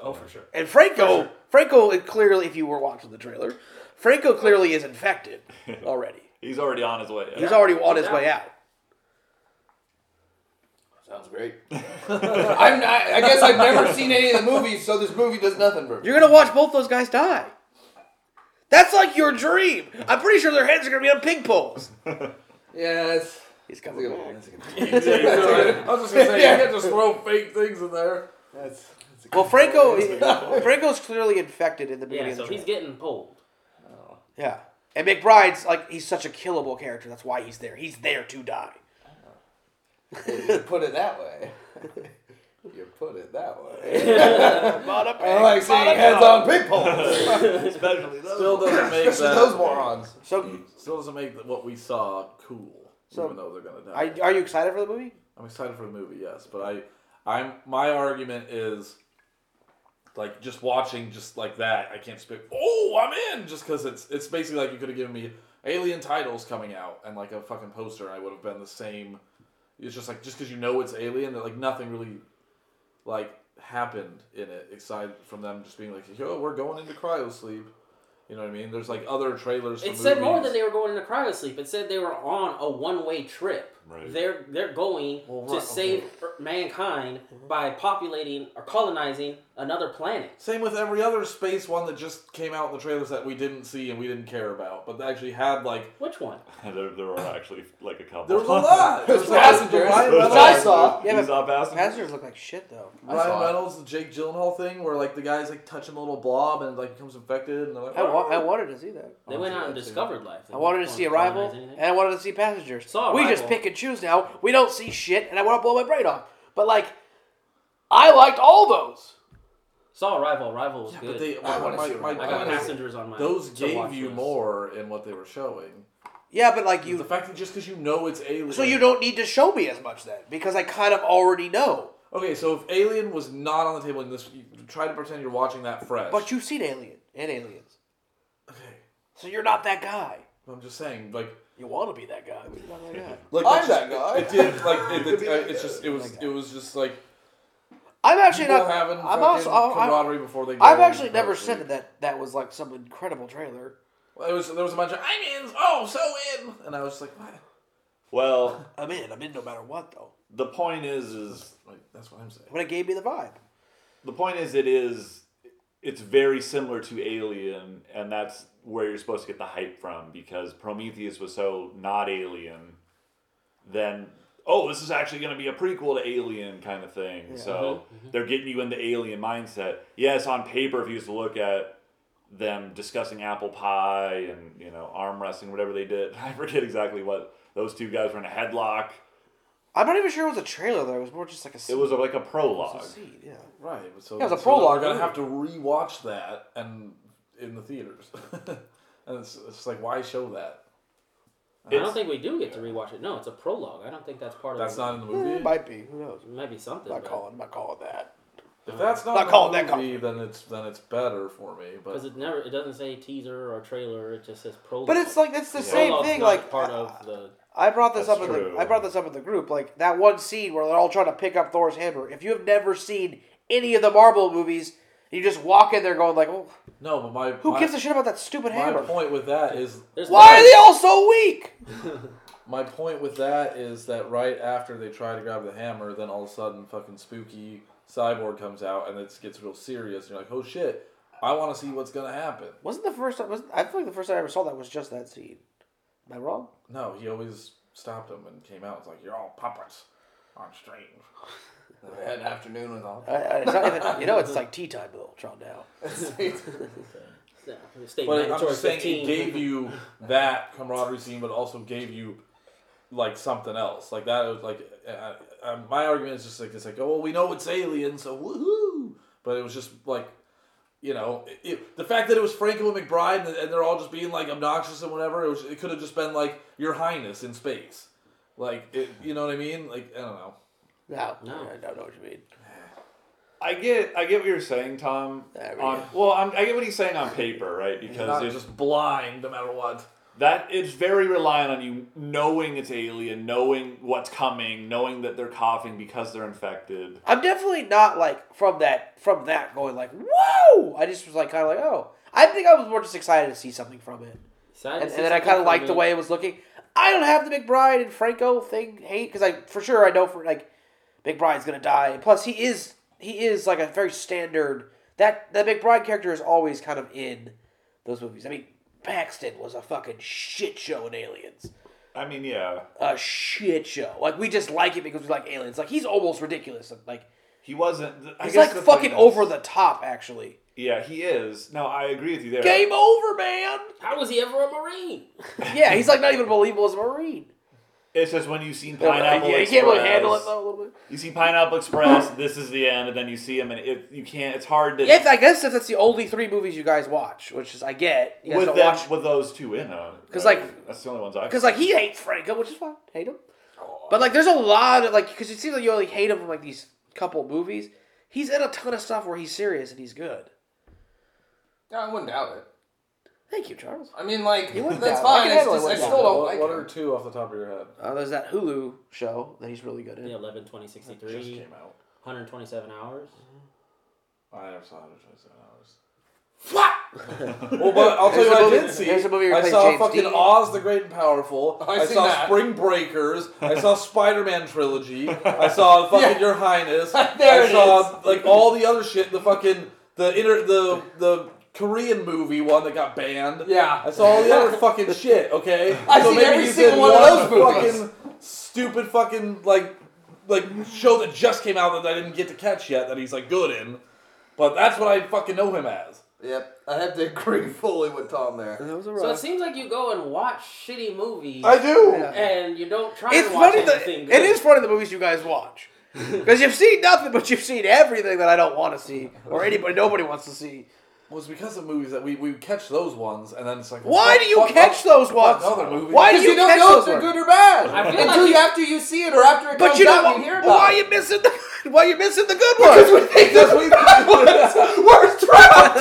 Speaker 3: Oh, for sure.
Speaker 1: And Franco, Franco is clearly, if you were watching the trailer, Franco clearly is infected already.
Speaker 5: He's already on his way.
Speaker 1: He's already on his way out.
Speaker 2: Sounds great. I'm, I, I guess I've never seen any of the movies, so this movie does nothing for me.
Speaker 1: You're gonna watch both those guys die. That's like your dream. I'm pretty sure their heads are gonna be on pig poles.
Speaker 2: Yes.
Speaker 1: He's coming back.
Speaker 4: I was just gonna say
Speaker 2: Yeah.
Speaker 4: you can't just throw fake things in there.
Speaker 2: That's, that's a
Speaker 1: Well, Franco, Franco's clearly infected in the beginning
Speaker 3: Yeah,
Speaker 1: of the
Speaker 3: so he's
Speaker 1: trailer.
Speaker 3: getting pulled.
Speaker 1: yeah, and McBride's like he's such a killable character. That's why he's there. He's there to die.
Speaker 2: You put it that way. You put it that way.
Speaker 1: Bada bing,
Speaker 2: I like seeing
Speaker 1: bada
Speaker 2: heads
Speaker 1: bong.
Speaker 2: on pig poles.
Speaker 5: especially those.
Speaker 4: Still doesn't make
Speaker 2: Especially
Speaker 4: that.
Speaker 2: those morons.
Speaker 3: Mm.
Speaker 1: So,
Speaker 4: Still doesn't make what we saw cool.
Speaker 1: So-
Speaker 4: even though they're gonna die.
Speaker 1: are, are you excited for the movie?
Speaker 4: I'm excited for the movie, yes, but I, I'm my argument is, like just watching just like that, I can't speak. Oh, I'm in just because it's it's basically like you could have given me Alien titles coming out and like a fucking poster, and I would have been the same. It's just like just because you know it's Alien, that like nothing really, like happened in it aside from them just being like, yo, we're going into cryo sleep. You know what I mean? There's like other trailers. For
Speaker 3: It said more
Speaker 4: movies.
Speaker 3: that they were going into cryo sleep. It said they were on a one-way trip.
Speaker 5: Right.
Speaker 3: They're they're going
Speaker 4: Well,
Speaker 3: to
Speaker 4: right,
Speaker 3: save er- mankind by populating or colonizing another planet.
Speaker 4: Same with every other space one that just came out in the trailers that we didn't see and we didn't care about, but they actually had like
Speaker 3: Which one?
Speaker 5: There, there were actually like a couple.
Speaker 4: there was a lot. There was like,
Speaker 2: Passengers.
Speaker 4: the Ryan
Speaker 2: Those
Speaker 4: Reynolds,
Speaker 2: I saw.
Speaker 1: Yeah,
Speaker 5: Yeah,
Speaker 1: but-
Speaker 5: you saw passengers.
Speaker 1: Passengers look like shit though.
Speaker 2: I saw
Speaker 4: Ryan
Speaker 2: it.
Speaker 4: Reynolds, the Jake Gyllenhaal thing, where like the guy's like touching a little blob and like becomes infected, and they're like,
Speaker 1: I, wa- I wanted to see that.
Speaker 3: They
Speaker 4: I'll
Speaker 3: went
Speaker 4: see
Speaker 3: out and
Speaker 4: that too.
Speaker 3: discovered life. They
Speaker 1: I wanted to
Speaker 3: weren't
Speaker 1: see
Speaker 3: going to
Speaker 1: Arrival
Speaker 3: colonize anything.
Speaker 1: and I wanted to see Passengers.
Speaker 3: Saw
Speaker 1: we just
Speaker 3: Arrival.
Speaker 1: pick and choose now. We don't see shit, and I want to blow my brain off. But like, I liked all those.
Speaker 3: Saw Arrival. Arrival was
Speaker 4: but
Speaker 3: good.
Speaker 4: they.
Speaker 2: I wanna
Speaker 4: my-
Speaker 2: see
Speaker 4: my
Speaker 2: it.
Speaker 3: I
Speaker 4: point
Speaker 3: got
Speaker 4: is,
Speaker 3: passengers on my.
Speaker 4: Those
Speaker 3: to
Speaker 4: gave
Speaker 3: watch
Speaker 4: you
Speaker 3: list.
Speaker 4: more in what they were showing.
Speaker 1: Yeah, but like
Speaker 4: the
Speaker 1: you,
Speaker 4: fact that just because you know it's alien,
Speaker 1: so you don't need to show me as much then, because I kind of already know.
Speaker 4: Okay, so if Alien was not on the table in this, you try to pretend you're watching that fresh.
Speaker 1: But you've seen Alien and Aliens,
Speaker 4: okay,
Speaker 1: so you're not that guy.
Speaker 4: I'm just saying, like
Speaker 1: You want to be that guy. But you're not that guy.
Speaker 4: Like,
Speaker 2: I'm
Speaker 4: it's just-
Speaker 2: that guy.
Speaker 4: It did like it, it, it's just it was it was just like
Speaker 1: I'm actually
Speaker 4: people
Speaker 1: not.
Speaker 4: having
Speaker 1: I'm
Speaker 4: fucking
Speaker 1: also. I'm, I'm,
Speaker 4: camaraderie before they. Go
Speaker 1: I've actually
Speaker 4: and
Speaker 1: never
Speaker 4: probably-
Speaker 1: said that, that that was like some incredible trailer.
Speaker 4: Well, It was there was a bunch of I'm in, oh so in, and I was just like, what?
Speaker 5: Well,
Speaker 1: I'm in. I'm in no matter what though.
Speaker 5: the point is, is
Speaker 4: Like that's what I'm saying.
Speaker 1: But it gave me the vibe.
Speaker 5: the point is, it is, it's very similar to Alien, and that's where you're supposed to get the hype from because Prometheus was so not Alien. Then, oh, this is actually going to be a prequel to Alien kind of thing. So they're getting you in the Alien mindset. Yes, on paper, if you used to look at them discussing apple pie and you know arm wrestling, whatever they did, I forget exactly what those two guys were in a headlock.
Speaker 1: I'm not even sure it was a trailer though. It was more just like a.
Speaker 5: It
Speaker 1: scene.
Speaker 5: was like a prologue.
Speaker 1: seed, yeah.
Speaker 4: Right. but So
Speaker 1: Yeah, it was a
Speaker 4: so
Speaker 1: prologue,
Speaker 4: We're gonna
Speaker 1: yeah.
Speaker 4: have to rewatch that and in the theaters, and it's, it's like why show that?
Speaker 3: I don't think we do get to rewatch it. No, it's a prologue. I don't think that's part
Speaker 4: That's
Speaker 3: of.
Speaker 4: not in the movie.
Speaker 1: It might be. Who knows?
Speaker 3: It might be something.
Speaker 1: I'm not
Speaker 3: but-
Speaker 1: calling. I'm not calling that.
Speaker 4: if that's not,
Speaker 1: Not
Speaker 4: in the
Speaker 1: calling that
Speaker 4: movie, then it's then it's better for me. But
Speaker 3: Because it never, it doesn't say teaser or trailer. It just says prologue.
Speaker 1: But it's like it's the same
Speaker 3: Prologue's
Speaker 1: thing.
Speaker 3: not
Speaker 1: Like
Speaker 3: part
Speaker 1: I-
Speaker 3: of the.
Speaker 1: I brought this
Speaker 5: That's
Speaker 1: up. In the,
Speaker 5: true.
Speaker 1: I brought this up in the group. Like that one scene where they're all trying to pick up Thor's hammer. If you have never seen any of the Marvel movies, You just walk in there going like, well,
Speaker 4: No, but my
Speaker 1: who
Speaker 4: my,
Speaker 1: gives a shit about that stupid
Speaker 4: my
Speaker 1: hammer?
Speaker 4: point with that is
Speaker 3: There's
Speaker 1: Why
Speaker 3: no-
Speaker 1: are they all so weak?
Speaker 4: my point with that is that right after they try to grab the hammer, then all of a sudden fucking spooky cyborg comes out and it gets real serious. And you're like, oh shit, I want to see what's gonna happen.
Speaker 1: Wasn't the first time? Wasn't, I feel like the first time I ever saw that was just that scene. Am I wrong?
Speaker 4: No, he always stopped him and came out. It's like you're all puppets. I'm strange.
Speaker 2: I had an afternoon with all.
Speaker 1: I, I, it's not even, you know, it's like tea time with Ultron now.
Speaker 3: Yeah, state
Speaker 4: But I'm
Speaker 3: mandatory
Speaker 4: just saying
Speaker 3: 15.
Speaker 4: it gave you that camaraderie scene, but also gave you like something else. Like that was like I, I, my argument is just like it's like oh well, we know it's alien, so woohoo! But it was just like you know it, it- the fact that it was Franco and McBride and, and they're all just being like obnoxious and whatever. It, was, it could have just been like Your Highness in space, like it, you know what I mean? Like I don't know.
Speaker 1: No,
Speaker 3: No.
Speaker 1: I don't know what you mean.
Speaker 5: I get I get what you're saying, Tom.
Speaker 1: There we
Speaker 5: On,
Speaker 1: go.
Speaker 5: well, I'm, I get what he's saying on paper, right?
Speaker 4: You're
Speaker 5: Because
Speaker 4: not
Speaker 5: it's
Speaker 4: just blind no matter what.
Speaker 5: that it's very reliant on you knowing it's alien, knowing what's coming, knowing that they're coughing because they're infected.
Speaker 1: I'm definitely not like from that from that going like whoa. I just was like kind of like oh. I think I was more just excited to see something from it,
Speaker 3: So had
Speaker 1: and,
Speaker 3: to
Speaker 1: and
Speaker 3: see
Speaker 1: then I kind
Speaker 3: something
Speaker 1: of liked the
Speaker 3: from
Speaker 1: way it was looking. I don't have the McBride and Franco thing hate because I for sure I know for like McBride's gonna die. Plus he is he is like a very standard that that McBride character is always kind of in those movies. I mean Paxton was a fucking shit show in Aliens.
Speaker 5: I mean, yeah,
Speaker 1: a shit show. Like we just like it because we like aliens. Like he's almost ridiculous. Like
Speaker 5: he wasn't. I
Speaker 1: he's
Speaker 5: guess
Speaker 1: like
Speaker 5: the
Speaker 1: fucking
Speaker 5: thing is-
Speaker 1: over the top. Actually,
Speaker 5: Yeah, he is. No, I agree with you there.
Speaker 1: game over, man.
Speaker 3: How was he ever a Marine?
Speaker 1: Yeah, he's like not even believable as a marine.
Speaker 5: It's just when you've seen
Speaker 1: Like,
Speaker 5: Pineapple
Speaker 1: yeah, you
Speaker 5: Express,
Speaker 1: can't really handle it though a little bit.
Speaker 5: you see Pineapple Express, this is the end, and then you see him, and it, you can't. It's hard to
Speaker 1: Yeah, if- I guess if that's the only three movies you guys watch, which is I get you guys
Speaker 5: with
Speaker 1: don't
Speaker 5: them,
Speaker 1: watch
Speaker 5: with those two in on it.
Speaker 1: 'Cause,
Speaker 5: right?
Speaker 1: like-
Speaker 5: that's the only ones I.
Speaker 1: because like he hates Franco, which is fine, hate him. But like, there's a lot of like because it seems like you only hate him from like these couple movies. He's in a ton of stuff where he's serious and he's good.
Speaker 2: Yeah, I wouldn't doubt it.
Speaker 1: Thank you, Charles.
Speaker 2: I mean, like
Speaker 1: wouldn't
Speaker 2: that's
Speaker 1: doubt
Speaker 2: fine.
Speaker 1: it. I
Speaker 2: It's
Speaker 1: can
Speaker 2: just,
Speaker 1: handle it
Speaker 2: I
Speaker 1: with
Speaker 2: still
Speaker 1: that.
Speaker 2: don't
Speaker 4: What-
Speaker 2: like
Speaker 4: what
Speaker 2: it.
Speaker 4: are two off the top of your head?
Speaker 1: Uh, there's that Hulu show that he's really good in.
Speaker 3: The 11 63
Speaker 4: Just came out.
Speaker 3: 127 hours.
Speaker 4: I never saw 127 hours. Well, but I'll tell you
Speaker 1: There's a
Speaker 4: what I
Speaker 1: movie-
Speaker 4: did see.
Speaker 1: there's a movie where he
Speaker 4: I
Speaker 1: plays
Speaker 4: saw
Speaker 1: James
Speaker 4: fucking
Speaker 1: Dean.
Speaker 4: Oz the Great and Powerful.
Speaker 2: Oh, I
Speaker 4: I
Speaker 2: seen
Speaker 4: saw
Speaker 2: that.
Speaker 4: Spring Breakers. I saw Spider Man trilogy. I saw fucking
Speaker 2: Yeah.
Speaker 4: Your Highness.
Speaker 2: There
Speaker 4: I
Speaker 2: it
Speaker 4: saw like all the other shit. The fucking the inter the the Korean movie one that got banned.
Speaker 2: Yeah.
Speaker 4: I saw all the other fucking shit. Okay,
Speaker 2: I've seen every
Speaker 4: you
Speaker 2: single
Speaker 4: did
Speaker 2: one of those movies.
Speaker 4: Fucking stupid fucking like like show that just came out that I didn't get to catch yet that he's like good in. But that's what I fucking know him as.
Speaker 2: Yep, I have to agree fully with Tom there.
Speaker 1: That was a
Speaker 3: So
Speaker 1: rough-
Speaker 3: it seems like you go and watch shitty movies
Speaker 4: do.
Speaker 3: and you don't try
Speaker 1: It's
Speaker 3: to watch
Speaker 1: funny that
Speaker 3: anything.
Speaker 1: it is funny the movies you guys watch because you've seen nothing, but you've seen everything that I don't want to see or anybody nobody wants to see.
Speaker 4: Well, it's because of movies that we, we catch those ones, and then it's like.
Speaker 1: Why
Speaker 4: fuck-
Speaker 1: do you
Speaker 4: fuck
Speaker 1: catch
Speaker 4: oth-
Speaker 1: those
Speaker 4: fuck
Speaker 1: ones?
Speaker 4: Other movies.
Speaker 1: Why do
Speaker 2: Because you,
Speaker 1: you
Speaker 2: don't
Speaker 1: catch
Speaker 2: know if
Speaker 1: those
Speaker 2: they're
Speaker 1: ones?
Speaker 2: good or bad
Speaker 3: I feel
Speaker 2: until
Speaker 3: like
Speaker 2: you,
Speaker 3: you-
Speaker 2: after you see it or after it
Speaker 1: But
Speaker 2: comes
Speaker 1: you
Speaker 2: out
Speaker 1: know
Speaker 2: and you hear
Speaker 1: why
Speaker 2: about
Speaker 1: are
Speaker 2: it.
Speaker 1: you missing the why you missing the good ones?
Speaker 2: we think this
Speaker 4: we think-
Speaker 2: Where's Trout?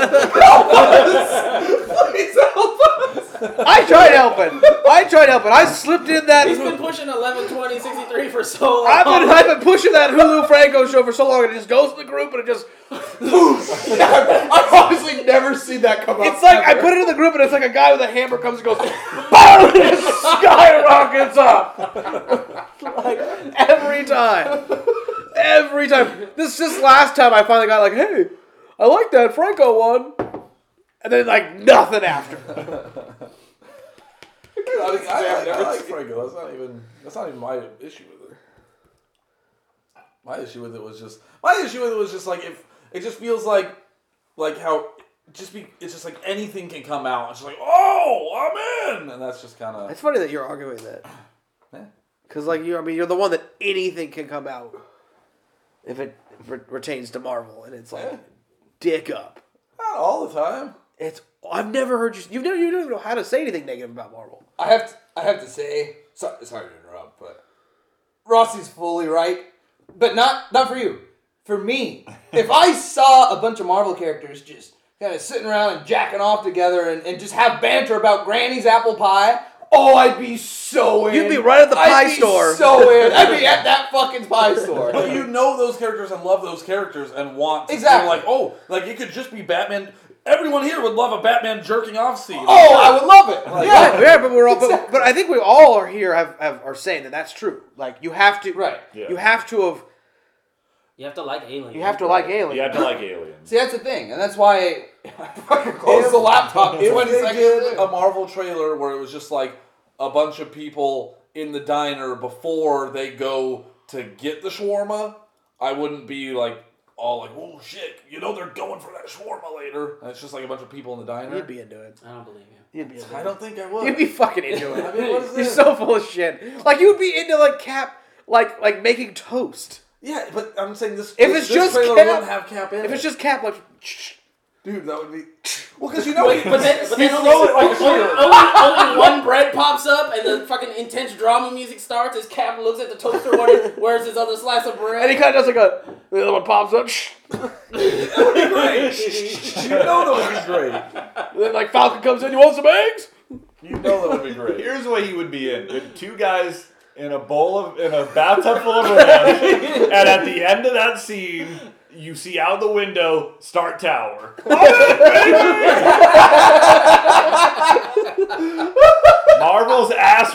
Speaker 4: Please help us.
Speaker 1: I tried helping. I tried helping. I slipped in that.
Speaker 3: He's been pushing 11 20 63 for so long.
Speaker 1: I've been, I've been pushing that Hulu Franco show for so long, and it just goes in the group, and it just
Speaker 2: I've honestly never seen that come up.
Speaker 1: It's like I put it in the group, and it's like a guy with a hammer comes and goes, "Bam!" and it skyrockets up. like every time, every time. This just last time I finally got like, "Hey, I like that Franco one," and then like nothing after.
Speaker 4: I, like- I, like- I
Speaker 2: never
Speaker 4: like
Speaker 2: seen-
Speaker 4: Franco. That's not even. That's not even my issue with it. My issue with it was just. My issue with it was just like if it just feels like, like how. Just be. It's just like anything can come out. It's just like, oh, I'm in, and that's just kind of.
Speaker 1: It's funny that you're arguing that, because like you, I mean, you're the one that anything can come out if it re- retains to Marvel, and it's like dick up.
Speaker 4: Not all the time.
Speaker 1: It's I've never heard you. You've never you don't even know how to say anything negative about Marvel.
Speaker 2: I have to, I have to say, so, sorry to interrupt, but Rossi's fully right, but not not for you, for me. if I saw a bunch of Marvel characters just kind of sitting around and jacking off together and, and just have banter about Granny's apple pie, Oh, I'd be so in.
Speaker 1: You'd be right at the
Speaker 2: I'd
Speaker 1: pie
Speaker 2: be
Speaker 1: store.
Speaker 2: So in. I'd be at that fucking pie store. Oh,
Speaker 4: But you know those characters and love those characters and want
Speaker 2: Exactly.
Speaker 4: you're like oh like it could just be Batman. Everyone here would love a Batman jerking off scene.
Speaker 2: oh, I would love it. yeah.
Speaker 1: Yeah, yeah, but we're all, but,
Speaker 2: Exactly.
Speaker 1: but I think we all are here have, have are saying that that's true. Like you have to,
Speaker 2: Right.
Speaker 5: Yeah.
Speaker 1: You have to have,
Speaker 3: You have to like aliens.
Speaker 1: you have to like aliens.
Speaker 5: You have to like aliens.
Speaker 2: See, that's the thing, and that's why I fucking closed the laptop in
Speaker 4: If
Speaker 2: 20
Speaker 4: they
Speaker 2: seconds.
Speaker 4: did
Speaker 2: in.
Speaker 4: a Marvel trailer where it was just like a bunch of people in the diner before they go to get the shawarma, I wouldn't be like all like, oh shit, you know they're going for that shawarma later. And it's just like a bunch of people in the diner.
Speaker 1: You'd be into it.
Speaker 3: I don't believe you.
Speaker 1: You'd be into
Speaker 4: I
Speaker 1: it.
Speaker 4: don't think I would.
Speaker 1: You'd be fucking into
Speaker 4: I
Speaker 1: it.
Speaker 4: mean, what is
Speaker 1: You're
Speaker 4: this?
Speaker 1: so full of shit. Like you'd be into like cap, like like making toast.
Speaker 4: yeah, but I'm saying this.
Speaker 1: If
Speaker 4: this-
Speaker 1: it's
Speaker 4: this
Speaker 1: just
Speaker 4: trailer
Speaker 1: Cap-
Speaker 4: wouldn't have Cap in
Speaker 1: If it's
Speaker 4: it.
Speaker 1: just cap, like shh,
Speaker 4: dude, that would be. Well, because you know,
Speaker 3: Wait, but then, but then
Speaker 4: you
Speaker 3: only,
Speaker 4: throw it like a
Speaker 3: only,
Speaker 4: shirt.
Speaker 3: only, only one bread pops up, and the fucking intense drama music starts. His cap looks at the toaster, where- where's his other slice of
Speaker 1: and he
Speaker 3: bread?
Speaker 1: kind of does like a the other one pops up, shh,
Speaker 4: you know that would be great.
Speaker 1: and then like Falcon comes in. You want some eggs?
Speaker 4: You know that would be great.
Speaker 5: Here's what he would be in: with two guys in a bowl of in a bathtub full of ranch, and at the end of that scene, you see out the window Stark Tower. Marvel's ass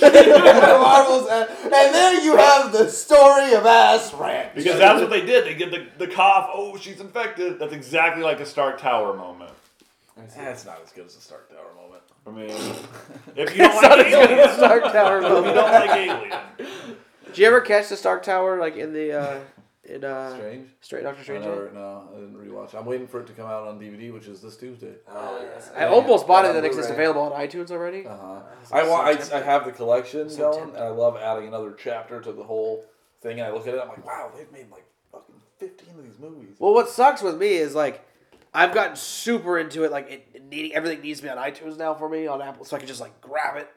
Speaker 2: Marvel's and, and there you have the story of ass ranch.
Speaker 5: because that's what they did. They did the the cough. Oh, she's infected. That's exactly like a Stark Tower moment.
Speaker 4: That's not as good as the Stark Tower moment.
Speaker 5: I mean, if you don't
Speaker 1: It's
Speaker 5: like
Speaker 1: not as good
Speaker 5: aliens,
Speaker 1: as Stark Tower.
Speaker 5: if you
Speaker 1: Moment.
Speaker 5: don't like alien,
Speaker 1: Did you ever catch the Stark Tower like in the uh in uh
Speaker 4: Strange.
Speaker 1: Straight Doctor
Speaker 4: I
Speaker 1: Strange?
Speaker 4: never, no, I didn't rewatch. it. I'm waiting for it to come out on DVD, which is this Tuesday.
Speaker 2: Oh, yes.
Speaker 1: I almost bought it
Speaker 2: Yeah,
Speaker 1: the next. It's
Speaker 2: Blu-ray.
Speaker 1: available on iTunes already.
Speaker 4: Uh-huh. I want. I, I have the collection
Speaker 1: So
Speaker 4: going,
Speaker 1: tempting.
Speaker 4: and I love adding another chapter to the whole thing. And I look at it, I'm like, wow, they've made like fucking 15 of these movies.
Speaker 1: Well, what sucks with me is like I've gotten super into it. Like it, it needing everything needs to be on iTunes now for me on Apple, so I can just like grab it.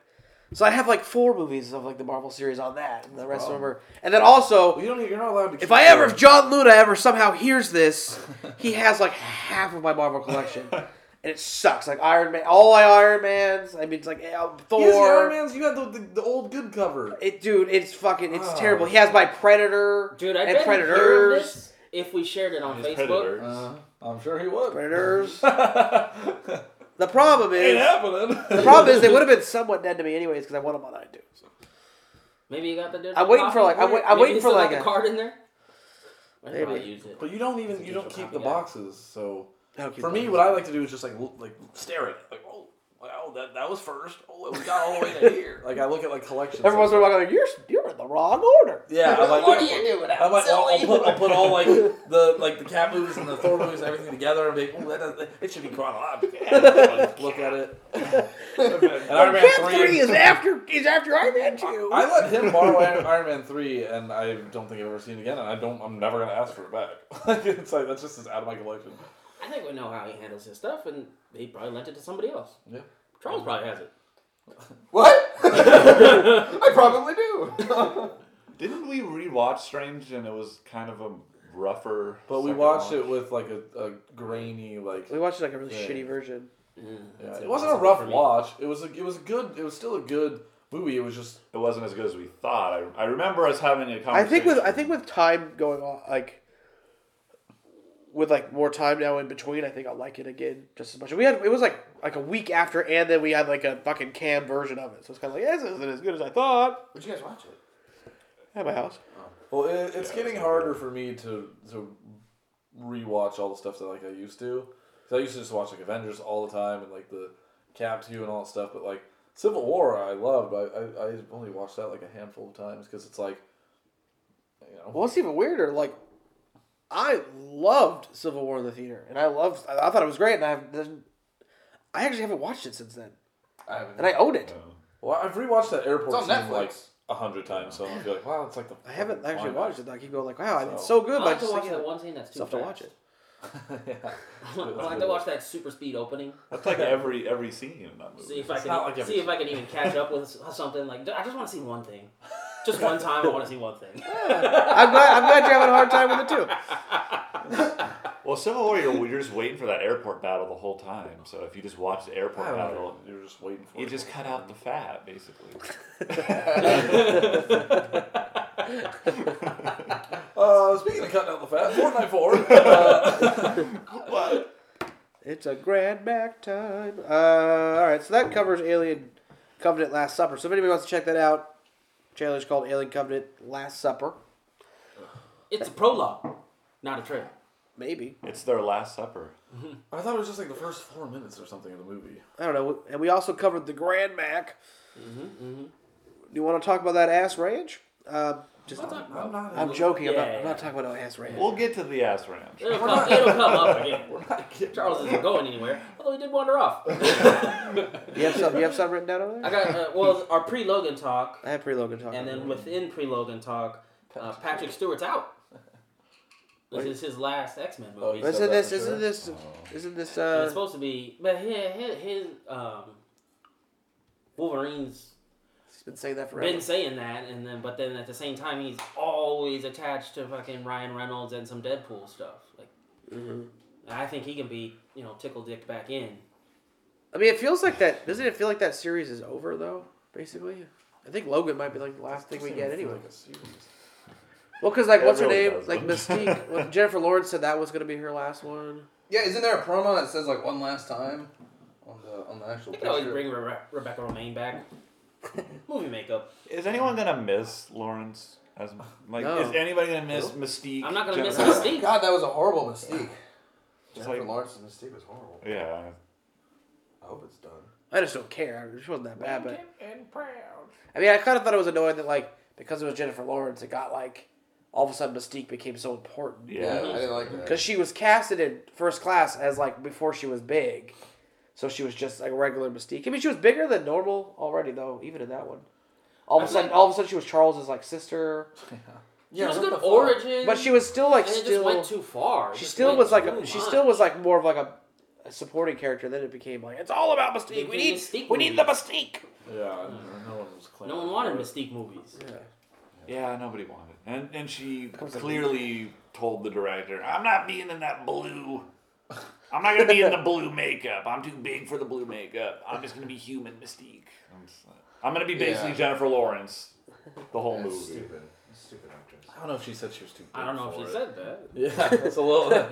Speaker 1: So I have like four movies of like the Marvel series on that, and the rest of them are. And then also,
Speaker 4: Well, you don't. e, You're not allowed to.
Speaker 1: if
Speaker 4: keep
Speaker 1: I ever, if
Speaker 4: them.
Speaker 1: John Luna ever somehow hears this, he has like half of my Marvel collection, and it sucks. Like Iron Man, all my Iron Mans. I mean, it's like eh, Thor.
Speaker 4: Yes, the Iron Man's. You got the, the, the old good cover.
Speaker 1: It, dude, it's fucking, it's
Speaker 4: Oh.
Speaker 1: terrible. He has my Predator,
Speaker 3: Dude, I
Speaker 1: and
Speaker 3: bet
Speaker 1: Predators,
Speaker 3: hear of this if we shared it on
Speaker 5: It's
Speaker 3: Facebook. Uh,
Speaker 5: predators.
Speaker 1: Uh-huh.
Speaker 4: I'm sure he would.
Speaker 1: Predators.
Speaker 4: Ain't
Speaker 1: The problem is,
Speaker 4: happening.
Speaker 1: The problem is they would have been somewhat dead to me anyways because I want them on iTunes.
Speaker 3: Maybe you got the digital
Speaker 1: I'm waiting for,
Speaker 3: copy
Speaker 1: like, I'm
Speaker 3: there?
Speaker 1: wait- I'm
Speaker 3: Maybe
Speaker 1: waiting
Speaker 3: you
Speaker 1: for,
Speaker 3: still
Speaker 1: like,
Speaker 3: got
Speaker 1: a-
Speaker 3: the card in there. I
Speaker 1: Maybe.
Speaker 3: probably use it.
Speaker 4: But you don't even.
Speaker 3: It's a
Speaker 4: You don't
Speaker 3: digital
Speaker 4: keep the
Speaker 3: copy, yeah.
Speaker 4: boxes, so.
Speaker 1: Okay,
Speaker 4: For me, what I like to do is just like look, like stare at it, like oh wow that that was first. Oh, we got all the way to here. Like I look at like collections.
Speaker 1: every once in a while, I'm like, you're you're in the wrong order.
Speaker 4: yeah, I'm like,
Speaker 3: what do you do without
Speaker 4: I'm like, I'll, I'll
Speaker 3: selling?
Speaker 4: put I'll put all like the like the cat movies and the Thor movies and everything together and be like, oh that does, it should be chronological. And I'll look at it. And Iron Man
Speaker 1: Cap three is after is after Iron Man two.
Speaker 4: I let him borrow Iron Iron Man three, and I don't think I've ever seen it again. And I don't. I'm never gonna ask for it back. Like it's like that's just it's out of my collection.
Speaker 3: I think we know how he handles his stuff, and he probably lent it to somebody else.
Speaker 4: Yeah.
Speaker 3: Charles
Speaker 1: Mm-hmm.
Speaker 3: probably has it.
Speaker 2: What? I probably do.
Speaker 5: Didn't we rewatch Strange and it was kind of a rougher?
Speaker 4: But we
Speaker 5: second
Speaker 4: watched
Speaker 5: watch?
Speaker 4: it with like a, a grainy like
Speaker 1: We watched like a really
Speaker 4: Yeah.
Speaker 1: shitty version.
Speaker 3: Mm,
Speaker 4: Yeah,
Speaker 3: that's
Speaker 4: it wasn't a
Speaker 3: impossible for
Speaker 4: rough
Speaker 3: me.
Speaker 4: watch. It was a, it was a good. It was still a good movie. It was just
Speaker 5: it wasn't as good as we thought. I, I remember us having a
Speaker 1: I
Speaker 5: conversation.
Speaker 1: think with I think with time going on, like with like more time now in between, I think I'll like it again just as much. We had it was like like a week after, and then we had like a fucking cam version of it. So it's kind of like this isn't as good as I thought
Speaker 2: Would you guys watch it?
Speaker 1: at my house.
Speaker 4: well. It, it's
Speaker 5: Yeah,
Speaker 4: getting
Speaker 5: it's
Speaker 4: harder for me to to rewatch all the stuff that like I used to. 'Cause I used to just watch like Avengers all the time and like the Cap Two and all that stuff. But like Civil War, I loved. but I I, I only watched that like a handful of times because it's like you know.
Speaker 1: Well, it's even weirder. Like, I loved Civil War in the theater, and I loved. I I thought it was great, and I've. then- I actually haven't watched it since then,
Speaker 4: I haven't.
Speaker 1: and I own it.
Speaker 4: well, I've rewatched that airport
Speaker 2: It's on
Speaker 4: scene like
Speaker 2: Netflix.
Speaker 4: a hundred times, so I'm gonna be like, wow, it's like the
Speaker 1: I haven't actually
Speaker 4: climax.
Speaker 1: watched it. I keep going like, wow, it's
Speaker 4: So-
Speaker 1: so good, but I
Speaker 3: I like to
Speaker 1: just
Speaker 3: watch
Speaker 1: think,
Speaker 3: that
Speaker 1: yeah,
Speaker 3: one scene that's too
Speaker 1: stuff to
Speaker 3: fast.
Speaker 1: watch it.
Speaker 4: yeah.
Speaker 3: I like to watch that super speed opening.
Speaker 5: That's like every every scene in that
Speaker 3: See
Speaker 5: movie.
Speaker 3: if I
Speaker 4: It's
Speaker 3: can
Speaker 4: not like every
Speaker 3: see if I can even catch up with something. Like I just want to see one thing, just one time. I want to see one thing.
Speaker 1: I'm glad. I'm glad you're having a hard time with it too.
Speaker 5: Well, Civil War, you're, you're just waiting for that airport battle the whole time. So if you just watch the airport
Speaker 4: I don't
Speaker 5: battle,
Speaker 4: know. You're just waiting for
Speaker 5: you
Speaker 4: it.
Speaker 5: just cut out the fat, basically.
Speaker 4: Uh, speaking of cutting out the fat, Fortnite 4. Uh,
Speaker 1: It's a grand back time. Uh, all right, so that covers Alien Covenant Last Supper. So if anybody wants to check that out, trailer's called Alien Covenant Last Supper.
Speaker 3: It's a prologue, not a trailer.
Speaker 1: Maybe
Speaker 5: it's their last supper.
Speaker 4: I thought it was just like the first four minutes or something of the movie.
Speaker 1: I don't know. And we also covered the Grand Mac.
Speaker 3: Mm-hmm,
Speaker 1: Do you want to talk about that ass ranch? Uh, just
Speaker 3: We'll talk about-
Speaker 4: I'm not.
Speaker 1: I'm joking. I'm, not,
Speaker 3: Yeah.
Speaker 1: I'm not talking about no ass ranch.
Speaker 5: We'll get to the ass ranch.
Speaker 3: It'll come, it'll come up again.
Speaker 4: We're not getting-
Speaker 3: Charles isn't going anywhere, although he did wander off.
Speaker 1: You have some. You have some written down over
Speaker 3: I
Speaker 1: there.
Speaker 3: got uh, well our pre Logan talk,
Speaker 1: I have pre Logan talk.
Speaker 3: and then within pre Logan talk, uh, Patrick Stewart's out. This is his last X Men
Speaker 4: Oh,
Speaker 3: movie.
Speaker 4: he's-
Speaker 1: isn't this?
Speaker 4: Is that
Speaker 1: Isn't
Speaker 4: for
Speaker 1: this? Isn't this?
Speaker 3: And it's
Speaker 1: Uh,
Speaker 3: supposed to be, but his his, his um, Wolverine's
Speaker 1: it's been saying that
Speaker 3: been
Speaker 1: forever.
Speaker 3: saying that, and then but then at the same time he's always attached to fucking Ryan Reynolds and some Deadpool stuff. Like,
Speaker 1: Mm-hmm.
Speaker 3: I think he can be you know tickle dicked back in.
Speaker 1: I mean, it feels like that. Doesn't it feel like that series is over though? Basically, I think Logan might be like the last thing we get anyway.
Speaker 4: Like a series.
Speaker 1: Well, because like,
Speaker 5: Yeah,
Speaker 1: what's her
Speaker 5: really
Speaker 1: name?
Speaker 5: does.
Speaker 1: Like Mystique. well, Jennifer Lawrence said that was gonna be her last one.
Speaker 2: Yeah, isn't there a promo that says like one last time on the on the actual
Speaker 3: You can always
Speaker 2: picture?
Speaker 3: bring Re- Rebecca Romaine back. Movie makeup.
Speaker 5: Is anyone gonna miss Lawrence? As like,
Speaker 1: No.
Speaker 5: is anybody gonna miss Mystique?
Speaker 3: I'm not gonna miss
Speaker 5: Jennifer-
Speaker 3: Mystique.
Speaker 2: God, that was a horrible mistake.
Speaker 5: It's
Speaker 2: Jennifer
Speaker 5: like-
Speaker 2: Lawrence's mistake was horrible.
Speaker 5: Yeah,
Speaker 2: I hope it's done.
Speaker 1: I just don't care. It just wasn't that bad. But I mean, I kind of thought it was annoying that like because it was Jennifer Lawrence, it got like all of a sudden Mystique became so important.
Speaker 5: yeah.
Speaker 3: Mm-hmm.
Speaker 2: I didn't like that.
Speaker 1: Because she was casted in First Class as like before she was big, so she was just like a regular Mystique. I mean, she was bigger than normal already though, even in that one. All of a sudden, all of a sudden, she was Charles's like sister,
Speaker 3: It
Speaker 2: Yeah,
Speaker 3: was a
Speaker 2: what
Speaker 3: good
Speaker 2: the fuck?
Speaker 3: origin,
Speaker 1: but she was still like
Speaker 3: and it
Speaker 1: still.
Speaker 3: just went too far. It
Speaker 1: she
Speaker 3: just
Speaker 1: still
Speaker 3: went
Speaker 1: was like
Speaker 3: too
Speaker 1: a, she
Speaker 3: much.
Speaker 1: still was like more of like a, a supporting character. Then it became like it's all about Mystique. We
Speaker 3: Became
Speaker 1: need
Speaker 3: Mystique
Speaker 1: we need the
Speaker 3: movies.
Speaker 1: Mystique.
Speaker 4: Yeah, and no one was claiming
Speaker 3: No one wanted Mystique movies.
Speaker 5: Yeah, nobody wanted. And and she clearly told the director, "I'm not being in that blue. I'm not gonna be in the blue makeup. I'm too big for the blue makeup. I'm just gonna be human Mystique. I'm, just like- I'm gonna be basically
Speaker 2: Yeah.
Speaker 5: Jennifer Lawrence the whole
Speaker 2: That's
Speaker 5: movie."
Speaker 2: stupid. That's stupid actress.
Speaker 4: I don't know if she said she was too big
Speaker 3: I don't know if
Speaker 4: for
Speaker 3: she
Speaker 4: it.
Speaker 3: said that.
Speaker 4: Yeah, that's a little. Uh,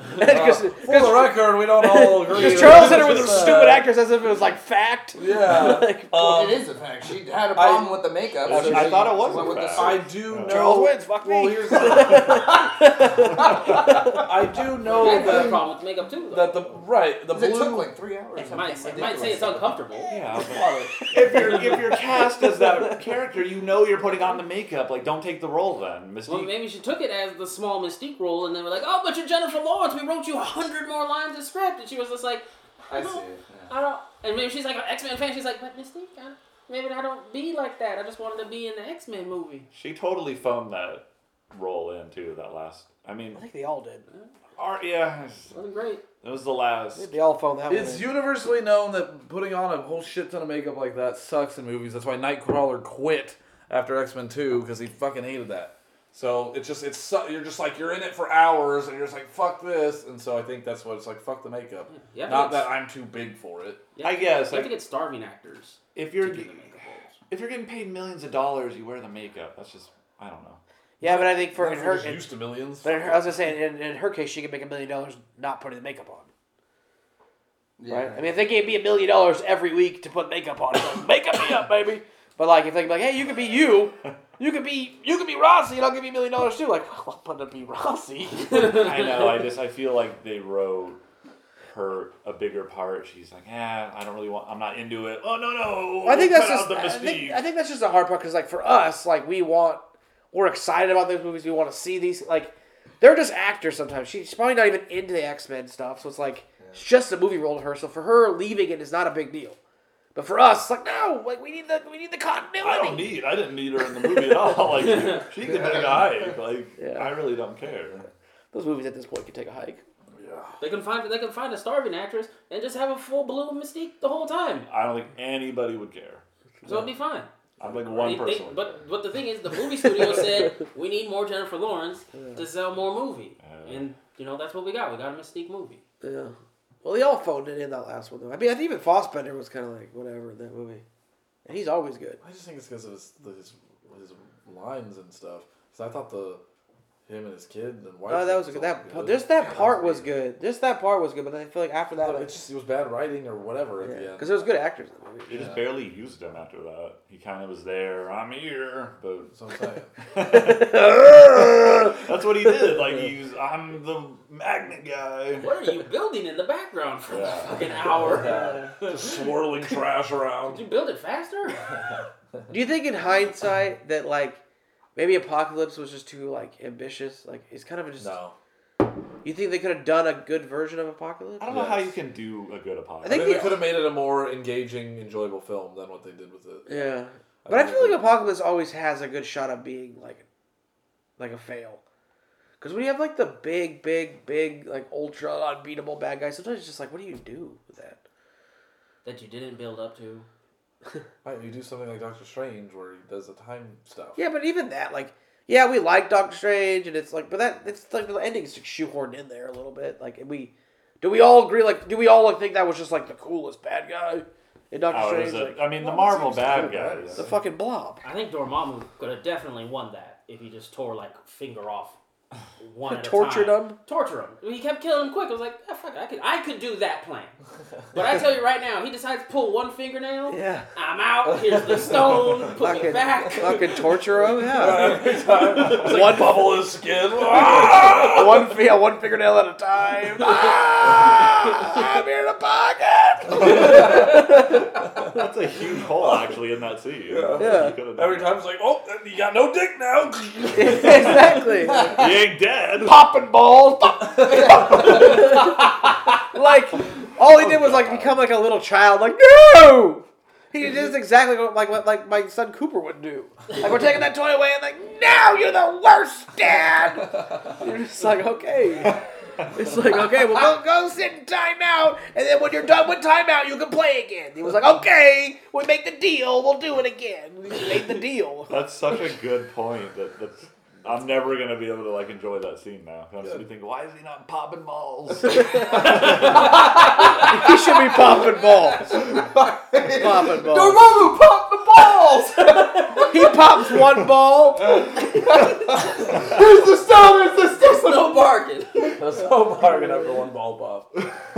Speaker 1: 'Cause-
Speaker 4: for the record, we don't all agree.
Speaker 1: Because
Speaker 4: that
Speaker 1: Charles
Speaker 4: it
Speaker 1: said it with
Speaker 4: was
Speaker 1: her
Speaker 4: just,
Speaker 1: stupid
Speaker 4: uh,
Speaker 1: actress as if it was like fact.
Speaker 4: Yeah.
Speaker 1: Like,
Speaker 4: Um,
Speaker 2: it is a fact. She had a problem with the makeup.
Speaker 5: I-
Speaker 2: so
Speaker 5: I
Speaker 2: she
Speaker 5: thought it was
Speaker 2: went
Speaker 5: a
Speaker 2: with the
Speaker 5: fact.
Speaker 2: suit.
Speaker 4: I do know.
Speaker 1: Charles wins. Fuck
Speaker 4: Well,
Speaker 1: me.
Speaker 4: here's the thing. I do
Speaker 3: I
Speaker 4: know
Speaker 3: had a
Speaker 4: that
Speaker 3: problem with makeup too.
Speaker 4: that the right the
Speaker 2: 'Cause It took
Speaker 4: blue.
Speaker 2: like three hours.
Speaker 3: though. might, it might say it's uncomfortable.
Speaker 5: Yeah, but if you're if you're cast as that character, you know you're putting on the makeup. Like, don't take the role then, Mystique.
Speaker 3: Well, maybe she took it as the small Mystique role, and they were like, "Oh, but you're Jennifer Lawrence. We wrote you a hundred more lines of script," and she was just like,
Speaker 2: I see. it, yeah.
Speaker 3: "I don't." And maybe she's like an X Men fan. She's like, "But Mystique, I, maybe I don't be like that. I just wanted to be in the X Men movie."
Speaker 5: she totally phoned that role in too. That last. I mean,
Speaker 1: I think they all did.
Speaker 5: art. Yeah,
Speaker 3: Wasn't great.
Speaker 5: it was the last.
Speaker 1: They all phoned that
Speaker 4: It's
Speaker 1: one.
Speaker 4: universally known that putting on a whole shit ton of makeup like that sucks in movies. That's why Nightcrawler quit after X Men Two because he fucking hated that. So it's just it's su- you're just like you're in it for hours and you're just like fuck this. And so I think that's what it's like. Fuck the makeup.
Speaker 3: Yeah,
Speaker 4: Not
Speaker 3: it's-
Speaker 4: that I'm too big for it.
Speaker 3: You have
Speaker 5: I
Speaker 3: to-
Speaker 5: guess,
Speaker 3: you have to
Speaker 5: like-
Speaker 3: get starving actors
Speaker 5: If
Speaker 3: to
Speaker 5: you're
Speaker 3: do the makeup roles.
Speaker 5: if you're getting paid millions of dollars, you wear the makeup. That's just I don't know.
Speaker 1: Yeah, but I think for
Speaker 4: Not
Speaker 1: in
Speaker 4: if
Speaker 1: her,
Speaker 4: you're just
Speaker 1: in,
Speaker 4: used to millions.
Speaker 1: but in her, I was gonna say in, in her case, she could make a million dollars not putting the makeup on.
Speaker 2: Yeah.
Speaker 1: Right? I mean, if they gave me a million dollars every week to put makeup on, it's like, makeup me up, baby. But like, if they like, hey, you could be you, you could be you could be Rossi, and I'll give you a million dollars too. Like, well, I'm gonna be Rossi.
Speaker 5: I know. I just I feel like they wrote her a bigger part. She's like, ah, I don't really want. I'm not into it. Oh no no.
Speaker 1: I think
Speaker 5: we'll
Speaker 1: that's
Speaker 5: cut
Speaker 1: just
Speaker 5: out
Speaker 1: I
Speaker 5: the
Speaker 1: think,
Speaker 5: mystique.
Speaker 1: I think that's just the hard part because like for us, like we want we're excited about those movies. We want to see these like they're just actors sometimes. She's probably not even into the X Men stuff, so it's like it's just a movie role to her. So for her leaving it is not a big deal. But for us, it's like no, like we need the we need the
Speaker 5: I don't
Speaker 1: continuity.
Speaker 5: need. I didn't need her in the movie at all. Like she can take a hike. Like
Speaker 1: Yeah.
Speaker 5: I really don't care.
Speaker 1: Those movies at this point can take a hike.
Speaker 3: They can find they can find a starving actress and just have a full blue Mystique the whole time.
Speaker 5: I don't think anybody would care.
Speaker 3: So it'd be fine.
Speaker 5: I'm like one
Speaker 3: They- they-
Speaker 5: person. would care.
Speaker 3: but but the thing is, the movie studio said we need more Jennifer Lawrence to sell more movie, and you know, that's what we got. We got a Mystique movie.
Speaker 1: Yeah. Well, they all phoned it in that last one though. I mean, I think even Fossbender was kind of like whatever in that movie, and he's always good.
Speaker 4: I just think it's because of his, his his lines and stuff. Because I thought the him and his kid and wife.
Speaker 1: Oh, that was a good. That just that part was good. Just that part was good, but I feel like after that,
Speaker 4: But
Speaker 1: like,
Speaker 4: it just it was bad writing or whatever at the
Speaker 1: because
Speaker 4: end.
Speaker 1: there was good actors in the movie.
Speaker 5: They just barely used him after that. He kind of was there. I'm here, but
Speaker 4: So I'm saying.
Speaker 5: that's what he did. Like he was, I'm the magnet guy.
Speaker 3: What are you building in the background for
Speaker 5: Yeah.
Speaker 3: an hour?
Speaker 5: Just swirling trash
Speaker 3: Did
Speaker 5: around.
Speaker 3: you build it faster?
Speaker 1: Do you think in hindsight that like maybe Apocalypse was just too like ambitious? Like it's kind of just.
Speaker 4: no.
Speaker 1: You think they could have done a good version of Apocalypse?
Speaker 5: I don't know how
Speaker 4: Yes.
Speaker 5: you can do a good
Speaker 1: I
Speaker 5: apocalypse.
Speaker 4: I
Speaker 1: think
Speaker 4: think they
Speaker 1: the-
Speaker 4: could have made it a more engaging, enjoyable film than what they did with it.
Speaker 1: Yeah, but I
Speaker 4: think
Speaker 1: feel
Speaker 4: they-
Speaker 1: like Apocalypse always has a good shot of being like, like a fail, because when you have like the big, big, big like ultra unbeatable bad guy, sometimes it's just like, what do you do with that?
Speaker 3: that you didn't build up to.
Speaker 4: Right, you do something like Doctor Strange where he does the time stuff.
Speaker 1: Yeah, but even that, like, yeah, we like Doctor Strange, and it's like, but that it's like the ending's like shoehorned in there a little bit. Like, and we do we all agree? Like, do we all think that was just like the coolest bad guy in Doctor
Speaker 5: Oh, it
Speaker 1: Strange?
Speaker 5: was
Speaker 1: Like,
Speaker 5: a, I mean, the
Speaker 4: Well,
Speaker 5: Marvel
Speaker 4: it's- it's
Speaker 5: bad
Speaker 4: cool, right?
Speaker 5: guys.
Speaker 1: the fucking blob.
Speaker 3: I think Dormammu could have definitely won that if he just tore like finger off one. at a
Speaker 1: Tortured
Speaker 3: time.
Speaker 1: him?
Speaker 3: Torture him. He kept killing him quick. I was like, ah, fuck, I could, I could do that plan. But I tell you right now, he decides to pull one fingernail.
Speaker 1: Yeah.
Speaker 3: I'm out. Here's the stone. Put me
Speaker 1: Fucking,
Speaker 3: back.
Speaker 1: fucking torture him. Yeah.
Speaker 4: Every time, it's like
Speaker 1: One-
Speaker 4: bubble his skin.
Speaker 1: one, fi- yeah, one fingernail at a time. Ah, I'm here to pocket.
Speaker 5: That's a huge hole, actually, in that scene.
Speaker 1: Yeah.
Speaker 5: You could've done
Speaker 4: Every
Speaker 5: that.
Speaker 4: time it's like, oh, you got no dick now.
Speaker 1: exactly.
Speaker 5: He ain't dead.
Speaker 1: Popping balls. pop- like, all he did was like become like a little child. Like, no. He did just exactly what, like what like my son Cooper would do. Like we're taking that toy away, and like, no, you're the worst dad. You're just like, okay. It's like, okay, well, go, go sit in timeout, and then when you're done with timeout, you can play again. He was like, okay, we make the deal, we'll do it again. We made the deal.
Speaker 5: That's such a good point. That that's, I'm never gonna be able to like enjoy that scene now. I'm just gonna think, why is he not popping balls?
Speaker 1: He should be popping balls. popping balls.
Speaker 2: Dormammu, pop the balls!
Speaker 1: He pops one ball.
Speaker 2: Here's the stone! Here's the stone! no barking.
Speaker 4: That's so bargain after one ball pop.
Speaker 2: Pop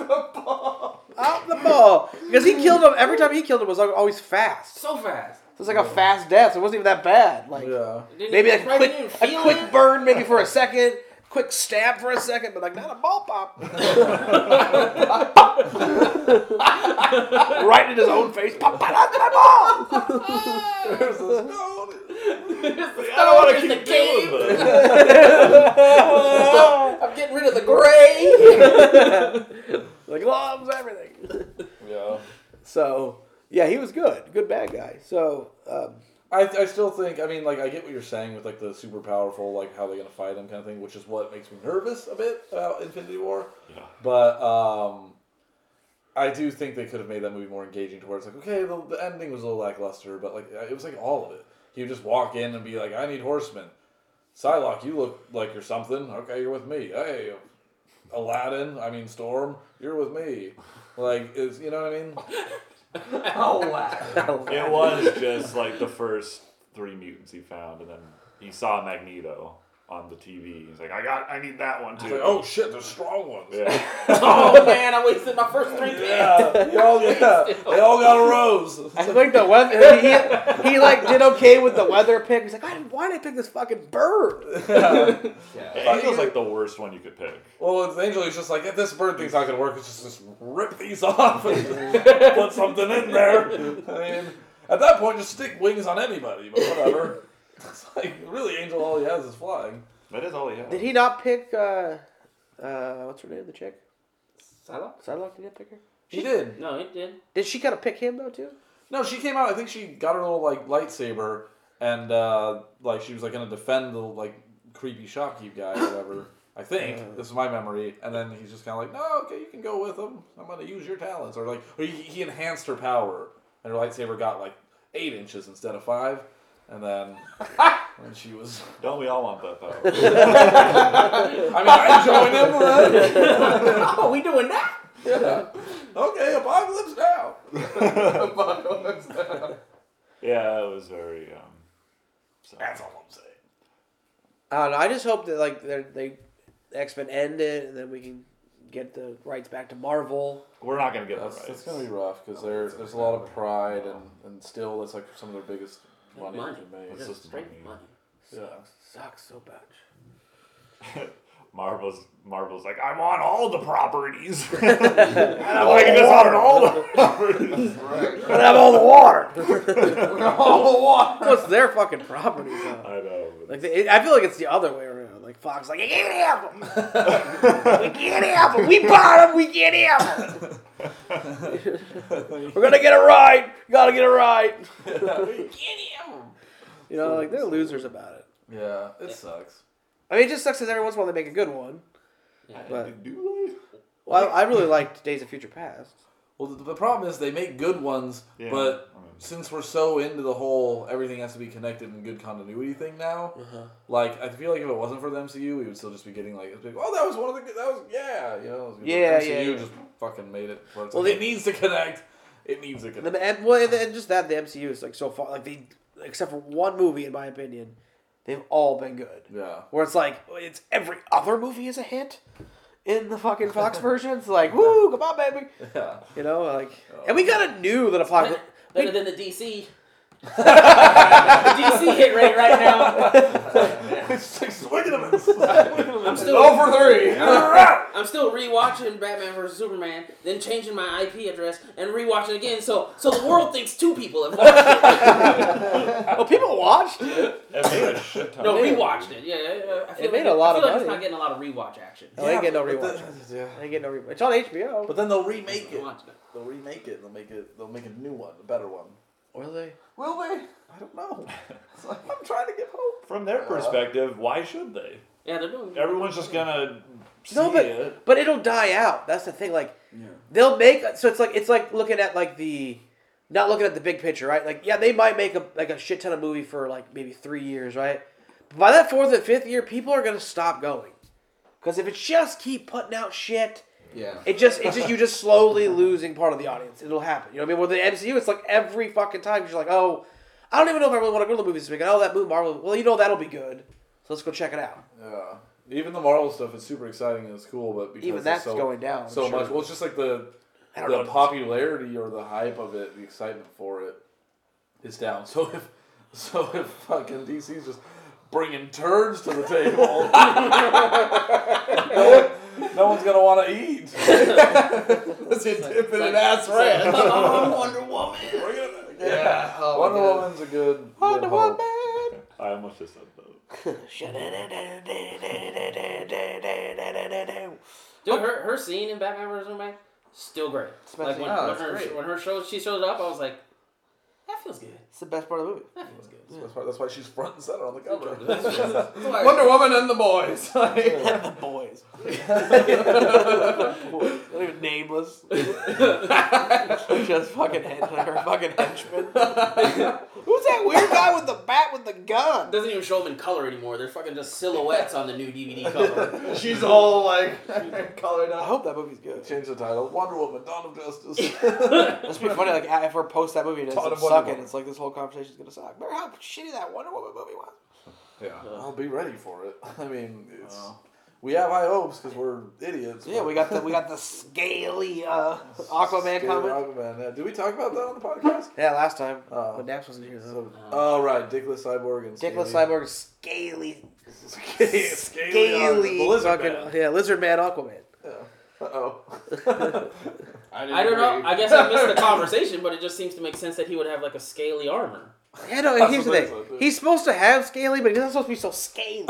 Speaker 2: the ball!
Speaker 1: Out the ball. Because he killed him. Every time he killed him was al- always fast.
Speaker 3: so fast.
Speaker 1: It was like a fast death. So it wasn't even that bad. Like
Speaker 4: Yeah.
Speaker 3: Didn't
Speaker 1: maybe
Speaker 3: you
Speaker 1: like a
Speaker 3: try to
Speaker 1: quick,
Speaker 3: even feel
Speaker 1: a quick
Speaker 3: it?
Speaker 1: burn, maybe for a second, quick stab for a second, but like not a ball pop. right in his own face. Pop, pop, pop, pop, ball.
Speaker 4: There's the stone.
Speaker 5: I don't want to
Speaker 3: Here's the
Speaker 5: keep doing
Speaker 3: game.
Speaker 5: this.
Speaker 2: I'm getting rid of the gray!
Speaker 1: Like gloves, everything.
Speaker 4: Yeah.
Speaker 1: So yeah, he was good. Good bad guy. So um,
Speaker 4: I, I still think I mean like I get what you're saying with like the super powerful like how they're gonna fight him kind of thing, which is what makes me nervous a bit about Infinity War.
Speaker 5: Yeah.
Speaker 4: But um, I do think they could have made that movie more engaging to where it's like okay, the, the ending was a little lackluster, but like uh, it was like all of it. He would just walk in and be like, "I need horsemen." Psylocke, you look like you're something. Okay, you're with me. Hey, Aladdin, I mean Storm, you're with me. Like, is you know what I mean?
Speaker 2: Oh, wow.
Speaker 5: It was just like the first three mutants he found, and then he saw Magneto on the TV. He's like, I got, I need that one too.
Speaker 4: It's like, oh shit, there's strong ones.
Speaker 5: Yeah.
Speaker 3: Oh man, I wasted my first three pins.
Speaker 4: Yeah, they all, yeah, they all got a rose.
Speaker 1: I think the weather. He, he like did okay with the weather pick. He's like, I, why did I pick this fucking bird?
Speaker 5: Angel's like the worst one you could pick.
Speaker 4: Well, with Angel, he's just like, "Yeah, this bird thing's not gonna work. It's just, just rip these off and just put something in there. I mean, at that point, just stick wings on anybody, but whatever. It's like, really, Angel, all he has is flying.
Speaker 5: That is all he had.
Speaker 1: Did he not pick? Uh, uh, what's her name? The chick.
Speaker 3: Psylocke?
Speaker 1: Psylocke did he pick her.
Speaker 4: She did.
Speaker 3: No, it did.
Speaker 1: Did she kind of pick him though too?
Speaker 4: No, she came out. I think she got her little like lightsaber, and uh, like she was like gonna defend the like creepy shopkeep guy, or whatever. I think this is my memory. And then he's just kind of like, "No, okay, you can go with him. I'm gonna use your talents." Or like, or he, he enhanced her power, and her lightsaber got like eight inches instead of five. And then when she was.
Speaker 5: Don't we all want butt power?
Speaker 4: I mean, I joined him. Right?
Speaker 3: oh, we doing that?
Speaker 4: Yeah. Okay, apocalypse now.
Speaker 5: yeah, it was very. Um, so.
Speaker 4: That's all I'm saying.
Speaker 1: I don't know. I just hope that like they're- they X Men end it, and then we can get the rights back to Marvel.
Speaker 5: We're not gonna get
Speaker 4: That's,
Speaker 5: that right.
Speaker 4: that's gonna be rough because there, there's a lot of pride and, and still that's like some of their biggest money,
Speaker 3: Money.
Speaker 4: they made.
Speaker 5: It's
Speaker 3: Just
Speaker 5: just
Speaker 3: straight
Speaker 5: money.
Speaker 3: money.
Speaker 4: Yeah.
Speaker 1: Sucks so much.
Speaker 5: Marvel's Marvel's like I want all the properties. I'm like this on all the properties.
Speaker 2: Right.
Speaker 1: But I have all the water.
Speaker 2: All the water.
Speaker 1: What's their fucking property though?
Speaker 5: I know. but
Speaker 1: Like it, I feel like it's the other way around. Like Fox, like you can't have them. we can't have them. We bought them. We can't have them. We're gonna get it right. Gotta get it right. You know, like they're losers about it.
Speaker 4: Yeah, it sucks.
Speaker 1: I mean, it just sucks because every once in a while they make a good one.
Speaker 3: Yeah.
Speaker 1: But
Speaker 5: do they?
Speaker 1: well, I, I really liked Days of Future Past.
Speaker 4: Well, the, the problem is they make good ones,
Speaker 5: Yeah,
Speaker 4: but
Speaker 5: I mean-
Speaker 4: since we're so into the whole everything has to be connected and good continuity thing now,
Speaker 1: Uh-huh.
Speaker 4: like I feel like if it wasn't for the MCU, we would still just be getting like, it's like, oh, that was one of the good, that was yeah, you know, the
Speaker 1: Yeah,
Speaker 4: MCU
Speaker 1: yeah, yeah.
Speaker 4: just fucking made it. Where it's
Speaker 1: Well,
Speaker 4: like,
Speaker 1: they-
Speaker 4: it needs to connect. It needs to
Speaker 1: And,
Speaker 4: connect.
Speaker 1: the- and well, and, and just that the MCU is like so far, like they, except for one movie, in my opinion, they've all been good.
Speaker 4: Yeah.
Speaker 1: Where it's like it's every other movie is a hit in the fucking Fox version. It's like woo, come on, baby,
Speaker 4: Yeah.
Speaker 1: you know, like, and we kind of knew that a Fox.
Speaker 3: Better, better than the DC. the DC hit rate right now.
Speaker 4: It's six Wiggins.
Speaker 3: I'm still
Speaker 2: Over three.
Speaker 3: I'm still rewatching Batman vs Superman, then changing my IP address and rewatching again. So so the world thinks two people have watched it.
Speaker 1: Oh, people watched. it.
Speaker 5: It made a shit ton.
Speaker 3: No,
Speaker 5: of money.
Speaker 3: rewatched it. Yeah, yeah, yeah. I feel
Speaker 1: It made
Speaker 3: like-
Speaker 1: a lot
Speaker 3: I
Speaker 1: of
Speaker 3: feel like It's
Speaker 1: money.
Speaker 3: not getting a lot of rewatch action.
Speaker 1: No, they didn't get no
Speaker 4: but
Speaker 1: rewatch.
Speaker 4: the- yeah.
Speaker 1: I didn't get no rewatch. It's on HBO.
Speaker 4: But then they'll remake it.
Speaker 3: Rewatching it.
Speaker 4: They'll remake it. and They'll make it. They'll make a new one, a better one.
Speaker 1: Were they?
Speaker 4: Will they? I don't know. It's like, I'm trying to give hope.
Speaker 5: From their perspective, why should they?
Speaker 3: Yeah, they're doing.
Speaker 5: Everyone's just gonna see
Speaker 1: No, but
Speaker 5: it.
Speaker 1: but it'll die out. That's the thing. Like they'll make so it's like it's like looking at like the not looking at the big picture, right? Like yeah, they might make a like a shit ton of movie for like maybe three years, right? But by that fourth and fifth year, people are gonna stop going because if it just keep putting out shit,
Speaker 2: Yeah.
Speaker 1: it just it just you just slowly losing part of the audience. It'll happen. You know what I mean? With the MCU, it's like every fucking time you're like, oh, I don't even know if I really want to go to the movies this week. Oh, that movie Marvel. Well, you know that'll be good. So let's go check it out.
Speaker 4: Yeah. Even the Marvel stuff is super exciting and it's cool, but because
Speaker 1: Even
Speaker 4: it's
Speaker 1: that's
Speaker 4: so,
Speaker 1: going down. I'm
Speaker 4: so
Speaker 1: sure.
Speaker 4: much. Well, it's just like the
Speaker 1: I don't
Speaker 4: the
Speaker 1: know.
Speaker 4: popularity or the hype of it, the excitement for it, is down. So if so if fucking DC's just bringing turds to the table, no, one- no one's gonna want to eat.
Speaker 2: That's it.
Speaker 4: If an ass rat.
Speaker 2: Oh, Wonder Woman. Yeah. Oh,
Speaker 4: Wonder
Speaker 2: my God.
Speaker 4: Woman's a good.
Speaker 1: Wonder
Speaker 4: good hope.
Speaker 1: Woman.
Speaker 5: I almost just said that.
Speaker 3: Dude, her, her scene in Batman vs Superman still great. Like when,
Speaker 4: Oh,
Speaker 3: when
Speaker 4: it's
Speaker 3: her
Speaker 4: great.
Speaker 3: when her show she showed up, I was like, that feels good.
Speaker 1: It's the best part of the movie.
Speaker 3: That feels good.
Speaker 4: That's why, that's why she's front and center on the cover.
Speaker 3: That's why-
Speaker 2: Wonder Woman and the boys.
Speaker 1: the boys. They're nameless. Just fucking head her fucking henchman. Who's that weird guy with the bat with the gun?
Speaker 3: doesn't even show them in color anymore. They're fucking just silhouettes on the new DVD cover.
Speaker 2: She's all like colored
Speaker 1: I
Speaker 2: up.
Speaker 1: hope that movie's good.
Speaker 4: Change the title. Wonder Woman, Dawn of Justice.
Speaker 1: That's pretty funny. Like if we post that movie and it's
Speaker 4: Todd
Speaker 1: like
Speaker 4: of Wonder
Speaker 1: sucking,
Speaker 4: Woman.
Speaker 1: it's like this whole conversation's gonna suck. Remember how shitty that Wonder Woman movie was?
Speaker 4: yeah, I'll be ready for it. I mean, it's, we have high hopes because we're idiots.
Speaker 1: Yeah,
Speaker 4: but-
Speaker 1: we got the we got the scaly uh, Aquaman
Speaker 4: Scared
Speaker 1: comment.
Speaker 4: Aquaman. Yeah. Did we talk about that on the podcast?
Speaker 1: Yeah, last time
Speaker 4: Oh.
Speaker 1: when Dax wasn't here. Though.
Speaker 4: So, oh right, Dickless Cyborg and
Speaker 1: Dickless
Speaker 4: Scaly.
Speaker 1: Cyborg, scaly,
Speaker 4: Scaly,
Speaker 1: scaly,
Speaker 4: the lizard
Speaker 1: fucking,
Speaker 4: man.
Speaker 1: yeah, lizard man Aquaman.
Speaker 4: Uh oh.
Speaker 3: I don't know. I guess I missed the conversation, but it just seems to make sense that he would have like a scaly armor.
Speaker 1: Yeah, no,
Speaker 4: That's
Speaker 1: here's the
Speaker 4: what
Speaker 1: thing.
Speaker 4: I thought, too.
Speaker 1: He's supposed to have scaly, but he's not supposed to be so scaly.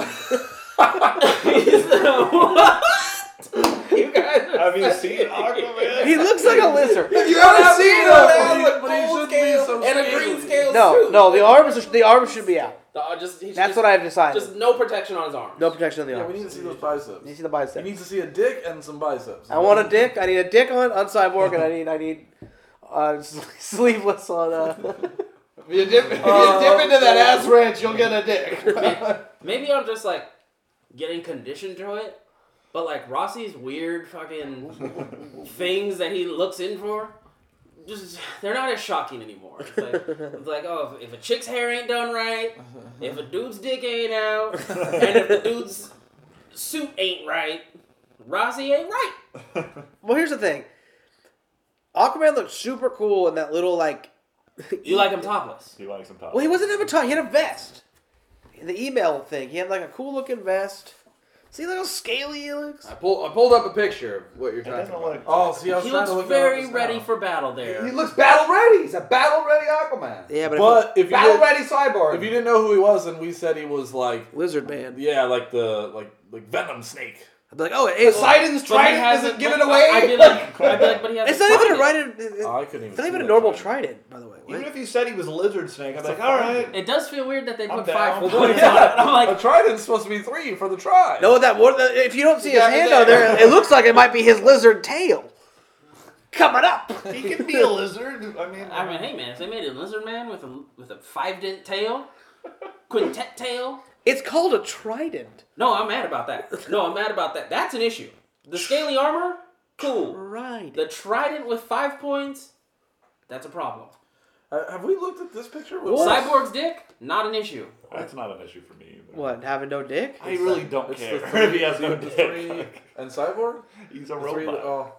Speaker 3: you guys.
Speaker 5: Have you seen Aquaman?
Speaker 1: he looks like a lizard.
Speaker 2: You haven't seen
Speaker 4: that,
Speaker 2: it.
Speaker 4: but he shouldn't be so
Speaker 3: and a
Speaker 4: scaly.
Speaker 3: green scale
Speaker 1: No,
Speaker 3: suit.
Speaker 1: no, the arms are, the arms should be out.
Speaker 3: The- uh, just, he-
Speaker 1: That's
Speaker 3: just-
Speaker 1: what I've decided.
Speaker 3: Just no protection on his arms.
Speaker 1: no protection on the
Speaker 4: yeah, we
Speaker 1: arms.
Speaker 4: need to see those biceps.
Speaker 1: You see the
Speaker 4: You
Speaker 1: bicep.
Speaker 4: need to see a dick and some biceps.
Speaker 1: I want a dick. I need a dick on on Cyborg, and I need I need uh, s- sleeveless on uh,
Speaker 2: You dip, you
Speaker 1: Oh,
Speaker 2: dip into that
Speaker 1: God.
Speaker 2: ass ranch, you'll get a dick.
Speaker 3: Maybe I'm just like getting conditioned to it, but like Rossi's weird fucking things that he looks in for, just they're not as shocking anymore. It's like, it's like oh, if, if a chick's hair ain't done right, if a dude's dick ain't out, and if the dude's suit ain't right, Rossi ain't right.
Speaker 1: Well, here's the thing. Aquaman looked super cool in that little like.
Speaker 3: You like him topless.
Speaker 5: He likes some top.
Speaker 1: Well, he wasn't ever tall. He had a vest. The email thing. He had like a cool looking vest. See how scaly he looks.
Speaker 2: I, pull, I pulled up a picture of what you're
Speaker 5: It
Speaker 2: talking
Speaker 5: doesn't
Speaker 2: about.
Speaker 5: look.
Speaker 4: Oh, see, I was
Speaker 3: He
Speaker 4: trying to
Speaker 3: looks
Speaker 4: look it up
Speaker 3: very
Speaker 4: just
Speaker 3: ready
Speaker 4: now.
Speaker 3: for battle there.
Speaker 2: He looks battle ready. He's a battle ready Aquaman.
Speaker 1: Yeah, but,
Speaker 4: But if you,
Speaker 2: Battle
Speaker 4: did,
Speaker 2: ready cyborg.
Speaker 4: if you didn't know who he was, and we said he was like,
Speaker 1: lizard man.
Speaker 4: yeah, like the like like Venom Snake.
Speaker 1: I'd be like, oh,
Speaker 2: the
Speaker 1: it's,
Speaker 2: Sidon's
Speaker 3: But he
Speaker 2: trident doesn't
Speaker 3: hasn't-
Speaker 2: give
Speaker 3: but
Speaker 2: it away.
Speaker 3: I'd be like, I'd be like, but he has
Speaker 1: it's not even a right.
Speaker 4: Oh, I couldn't even.
Speaker 1: It's not
Speaker 4: see
Speaker 1: even a
Speaker 4: that
Speaker 1: normal
Speaker 4: time.
Speaker 1: trident, by the way.
Speaker 6: Even
Speaker 1: What?
Speaker 6: if you said he was a lizard snake, I'm
Speaker 4: It's
Speaker 6: like,
Speaker 4: a
Speaker 6: all
Speaker 4: fucking-
Speaker 6: right.
Speaker 3: It does feel weird that they
Speaker 6: I'm
Speaker 3: put
Speaker 6: down.
Speaker 3: five full points
Speaker 4: Yeah.
Speaker 3: on it. I'm like,
Speaker 4: a trident's supposed to be three for the tribe.
Speaker 1: No, that one. If you don't see his
Speaker 2: got me
Speaker 1: hand
Speaker 2: there.
Speaker 1: on there, it looks like it might be his lizard tail coming up.
Speaker 6: He can be a lizard. I mean,
Speaker 3: I mean, hey man, if they made a lizard man with a with a five dent tail, quintet tail,
Speaker 1: It's called a trident.
Speaker 3: no, I'm mad about that. No, I'm mad about that. That's an issue. The scaly armor, cool.
Speaker 1: Right.
Speaker 3: The trident with five points, that's a problem.
Speaker 4: Uh, Have we looked at this picture?
Speaker 3: Cyborg's dick, not an issue.
Speaker 5: That's not an issue for me. either.
Speaker 1: What? Having no dick?
Speaker 5: I really don't
Speaker 4: It's
Speaker 5: care
Speaker 4: the three,
Speaker 5: if he has no
Speaker 4: the
Speaker 5: dick.
Speaker 4: three and cyborg.
Speaker 5: He's a
Speaker 4: The three,
Speaker 5: robot.
Speaker 4: oh.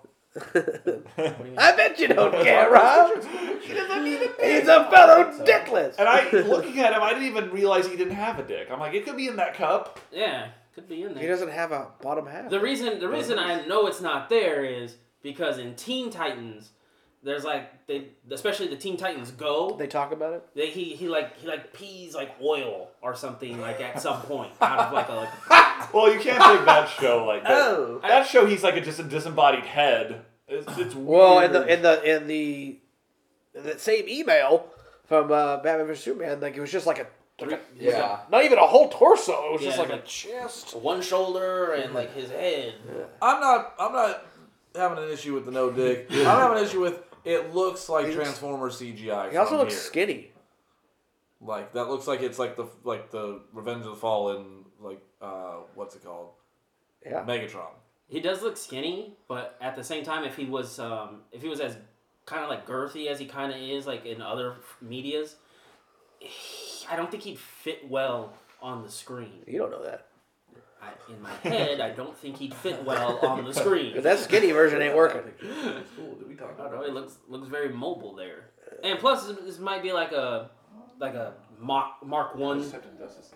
Speaker 1: I bet you don't care, Rob.
Speaker 6: he doesn't need a pig.
Speaker 1: He's a fellow dickless.
Speaker 5: And I, looking at him, I didn't even realize he didn't have a dick. I'm like, it could be in that cup.
Speaker 3: Yeah, could be in
Speaker 1: He
Speaker 3: there.
Speaker 1: doesn't have a bottom half.
Speaker 3: The reason the reason I know it's not there is because in Teen Titans, there's like they especially the Teen Titans Go.
Speaker 1: They talk about it.
Speaker 3: They, he, he like he like pees like oil or something like at some point out of like a like,
Speaker 5: Well, you can't take that show like that.
Speaker 1: Oh.
Speaker 5: That show, he's like a, just a disembodied head. It's, it's weird.
Speaker 1: Well, in the in the in the in that same email from uh, Batman vs Superman, like it was just like a, like a-
Speaker 2: yeah.
Speaker 1: not even a whole torso. It was just
Speaker 3: Yeah,
Speaker 1: like a
Speaker 3: like-
Speaker 1: chest.
Speaker 3: one shoulder and like his head.
Speaker 4: I'm not. I'm not having an issue with the no dick. I'm having an issue with it looks like
Speaker 1: He looks-
Speaker 4: Transformer CGI.
Speaker 1: He also
Speaker 4: from
Speaker 1: looks
Speaker 4: here.
Speaker 1: skinny.
Speaker 4: Like that looks like it's like the like the Revenge of the Fallen like uh what's it called
Speaker 1: Yeah.
Speaker 4: Megatron.
Speaker 3: He does look skinny, but at the same time, if he was um if he was as kind of like girthy as he kind of is like in other media's, he- I don't think he'd fit well on the screen.
Speaker 1: You don't know that.
Speaker 3: I, in my head, I don't think he'd fit well on the screen.
Speaker 1: 'Cause that skinny version ain't working.
Speaker 4: Cool. Did we talk
Speaker 3: I don't know. It looks looks very mobile there, and plus this might be like a like a Mark Mark One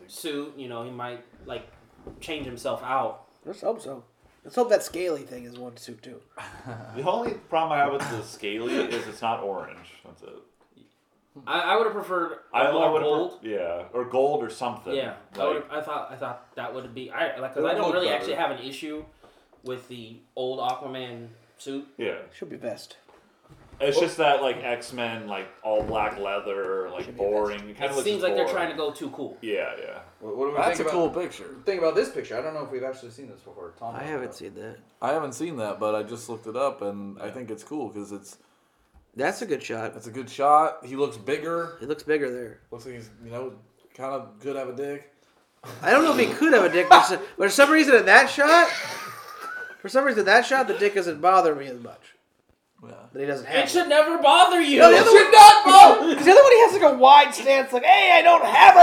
Speaker 3: suit. You know, he might like change himself out.
Speaker 1: Let's hope so. Let's hope that scaly thing is one suit too.
Speaker 5: The only problem I have with the scaly is it's not orange. That's it.
Speaker 3: I, I would have preferred
Speaker 5: I,
Speaker 3: more
Speaker 5: I would
Speaker 3: gold.
Speaker 5: yeah, or gold or something.
Speaker 3: yeah, I,
Speaker 5: like,
Speaker 3: would've- I thought I thought that would be I like 'cause
Speaker 4: It
Speaker 3: I
Speaker 4: would
Speaker 3: don't
Speaker 4: look
Speaker 3: really
Speaker 4: better.
Speaker 3: actually have an issue with the old Aquaman suit.
Speaker 5: yeah.
Speaker 1: Should be best.
Speaker 5: It's just that like X Men, like all black leather, like boring. It,
Speaker 3: It
Speaker 5: kinda looks
Speaker 3: seems like
Speaker 5: boring.
Speaker 3: they're trying to go too cool.
Speaker 5: Yeah, yeah.
Speaker 2: What, what do we
Speaker 4: That's a
Speaker 2: think
Speaker 4: cool
Speaker 2: about,
Speaker 4: picture.
Speaker 2: thing about this picture? I don't know if we've actually seen this before. Tom,
Speaker 1: seen that.
Speaker 4: I haven't seen that, but I just looked it up and I think it's cool because it's
Speaker 1: That's a good shot.
Speaker 4: it's a good shot. He looks bigger.
Speaker 1: It looks bigger there.
Speaker 4: Looks like he's you know kind of could have a dick.
Speaker 1: I don't know if he could have a dick, but, but for some reason in that shot, for some reason in that shot, the dick doesn't bother me as much.
Speaker 4: Yeah.
Speaker 1: That he doesn't have.
Speaker 3: It should never bother you.
Speaker 1: No, the other one, not Because the other one, he has like a wide stance, like, "Hey, I don't have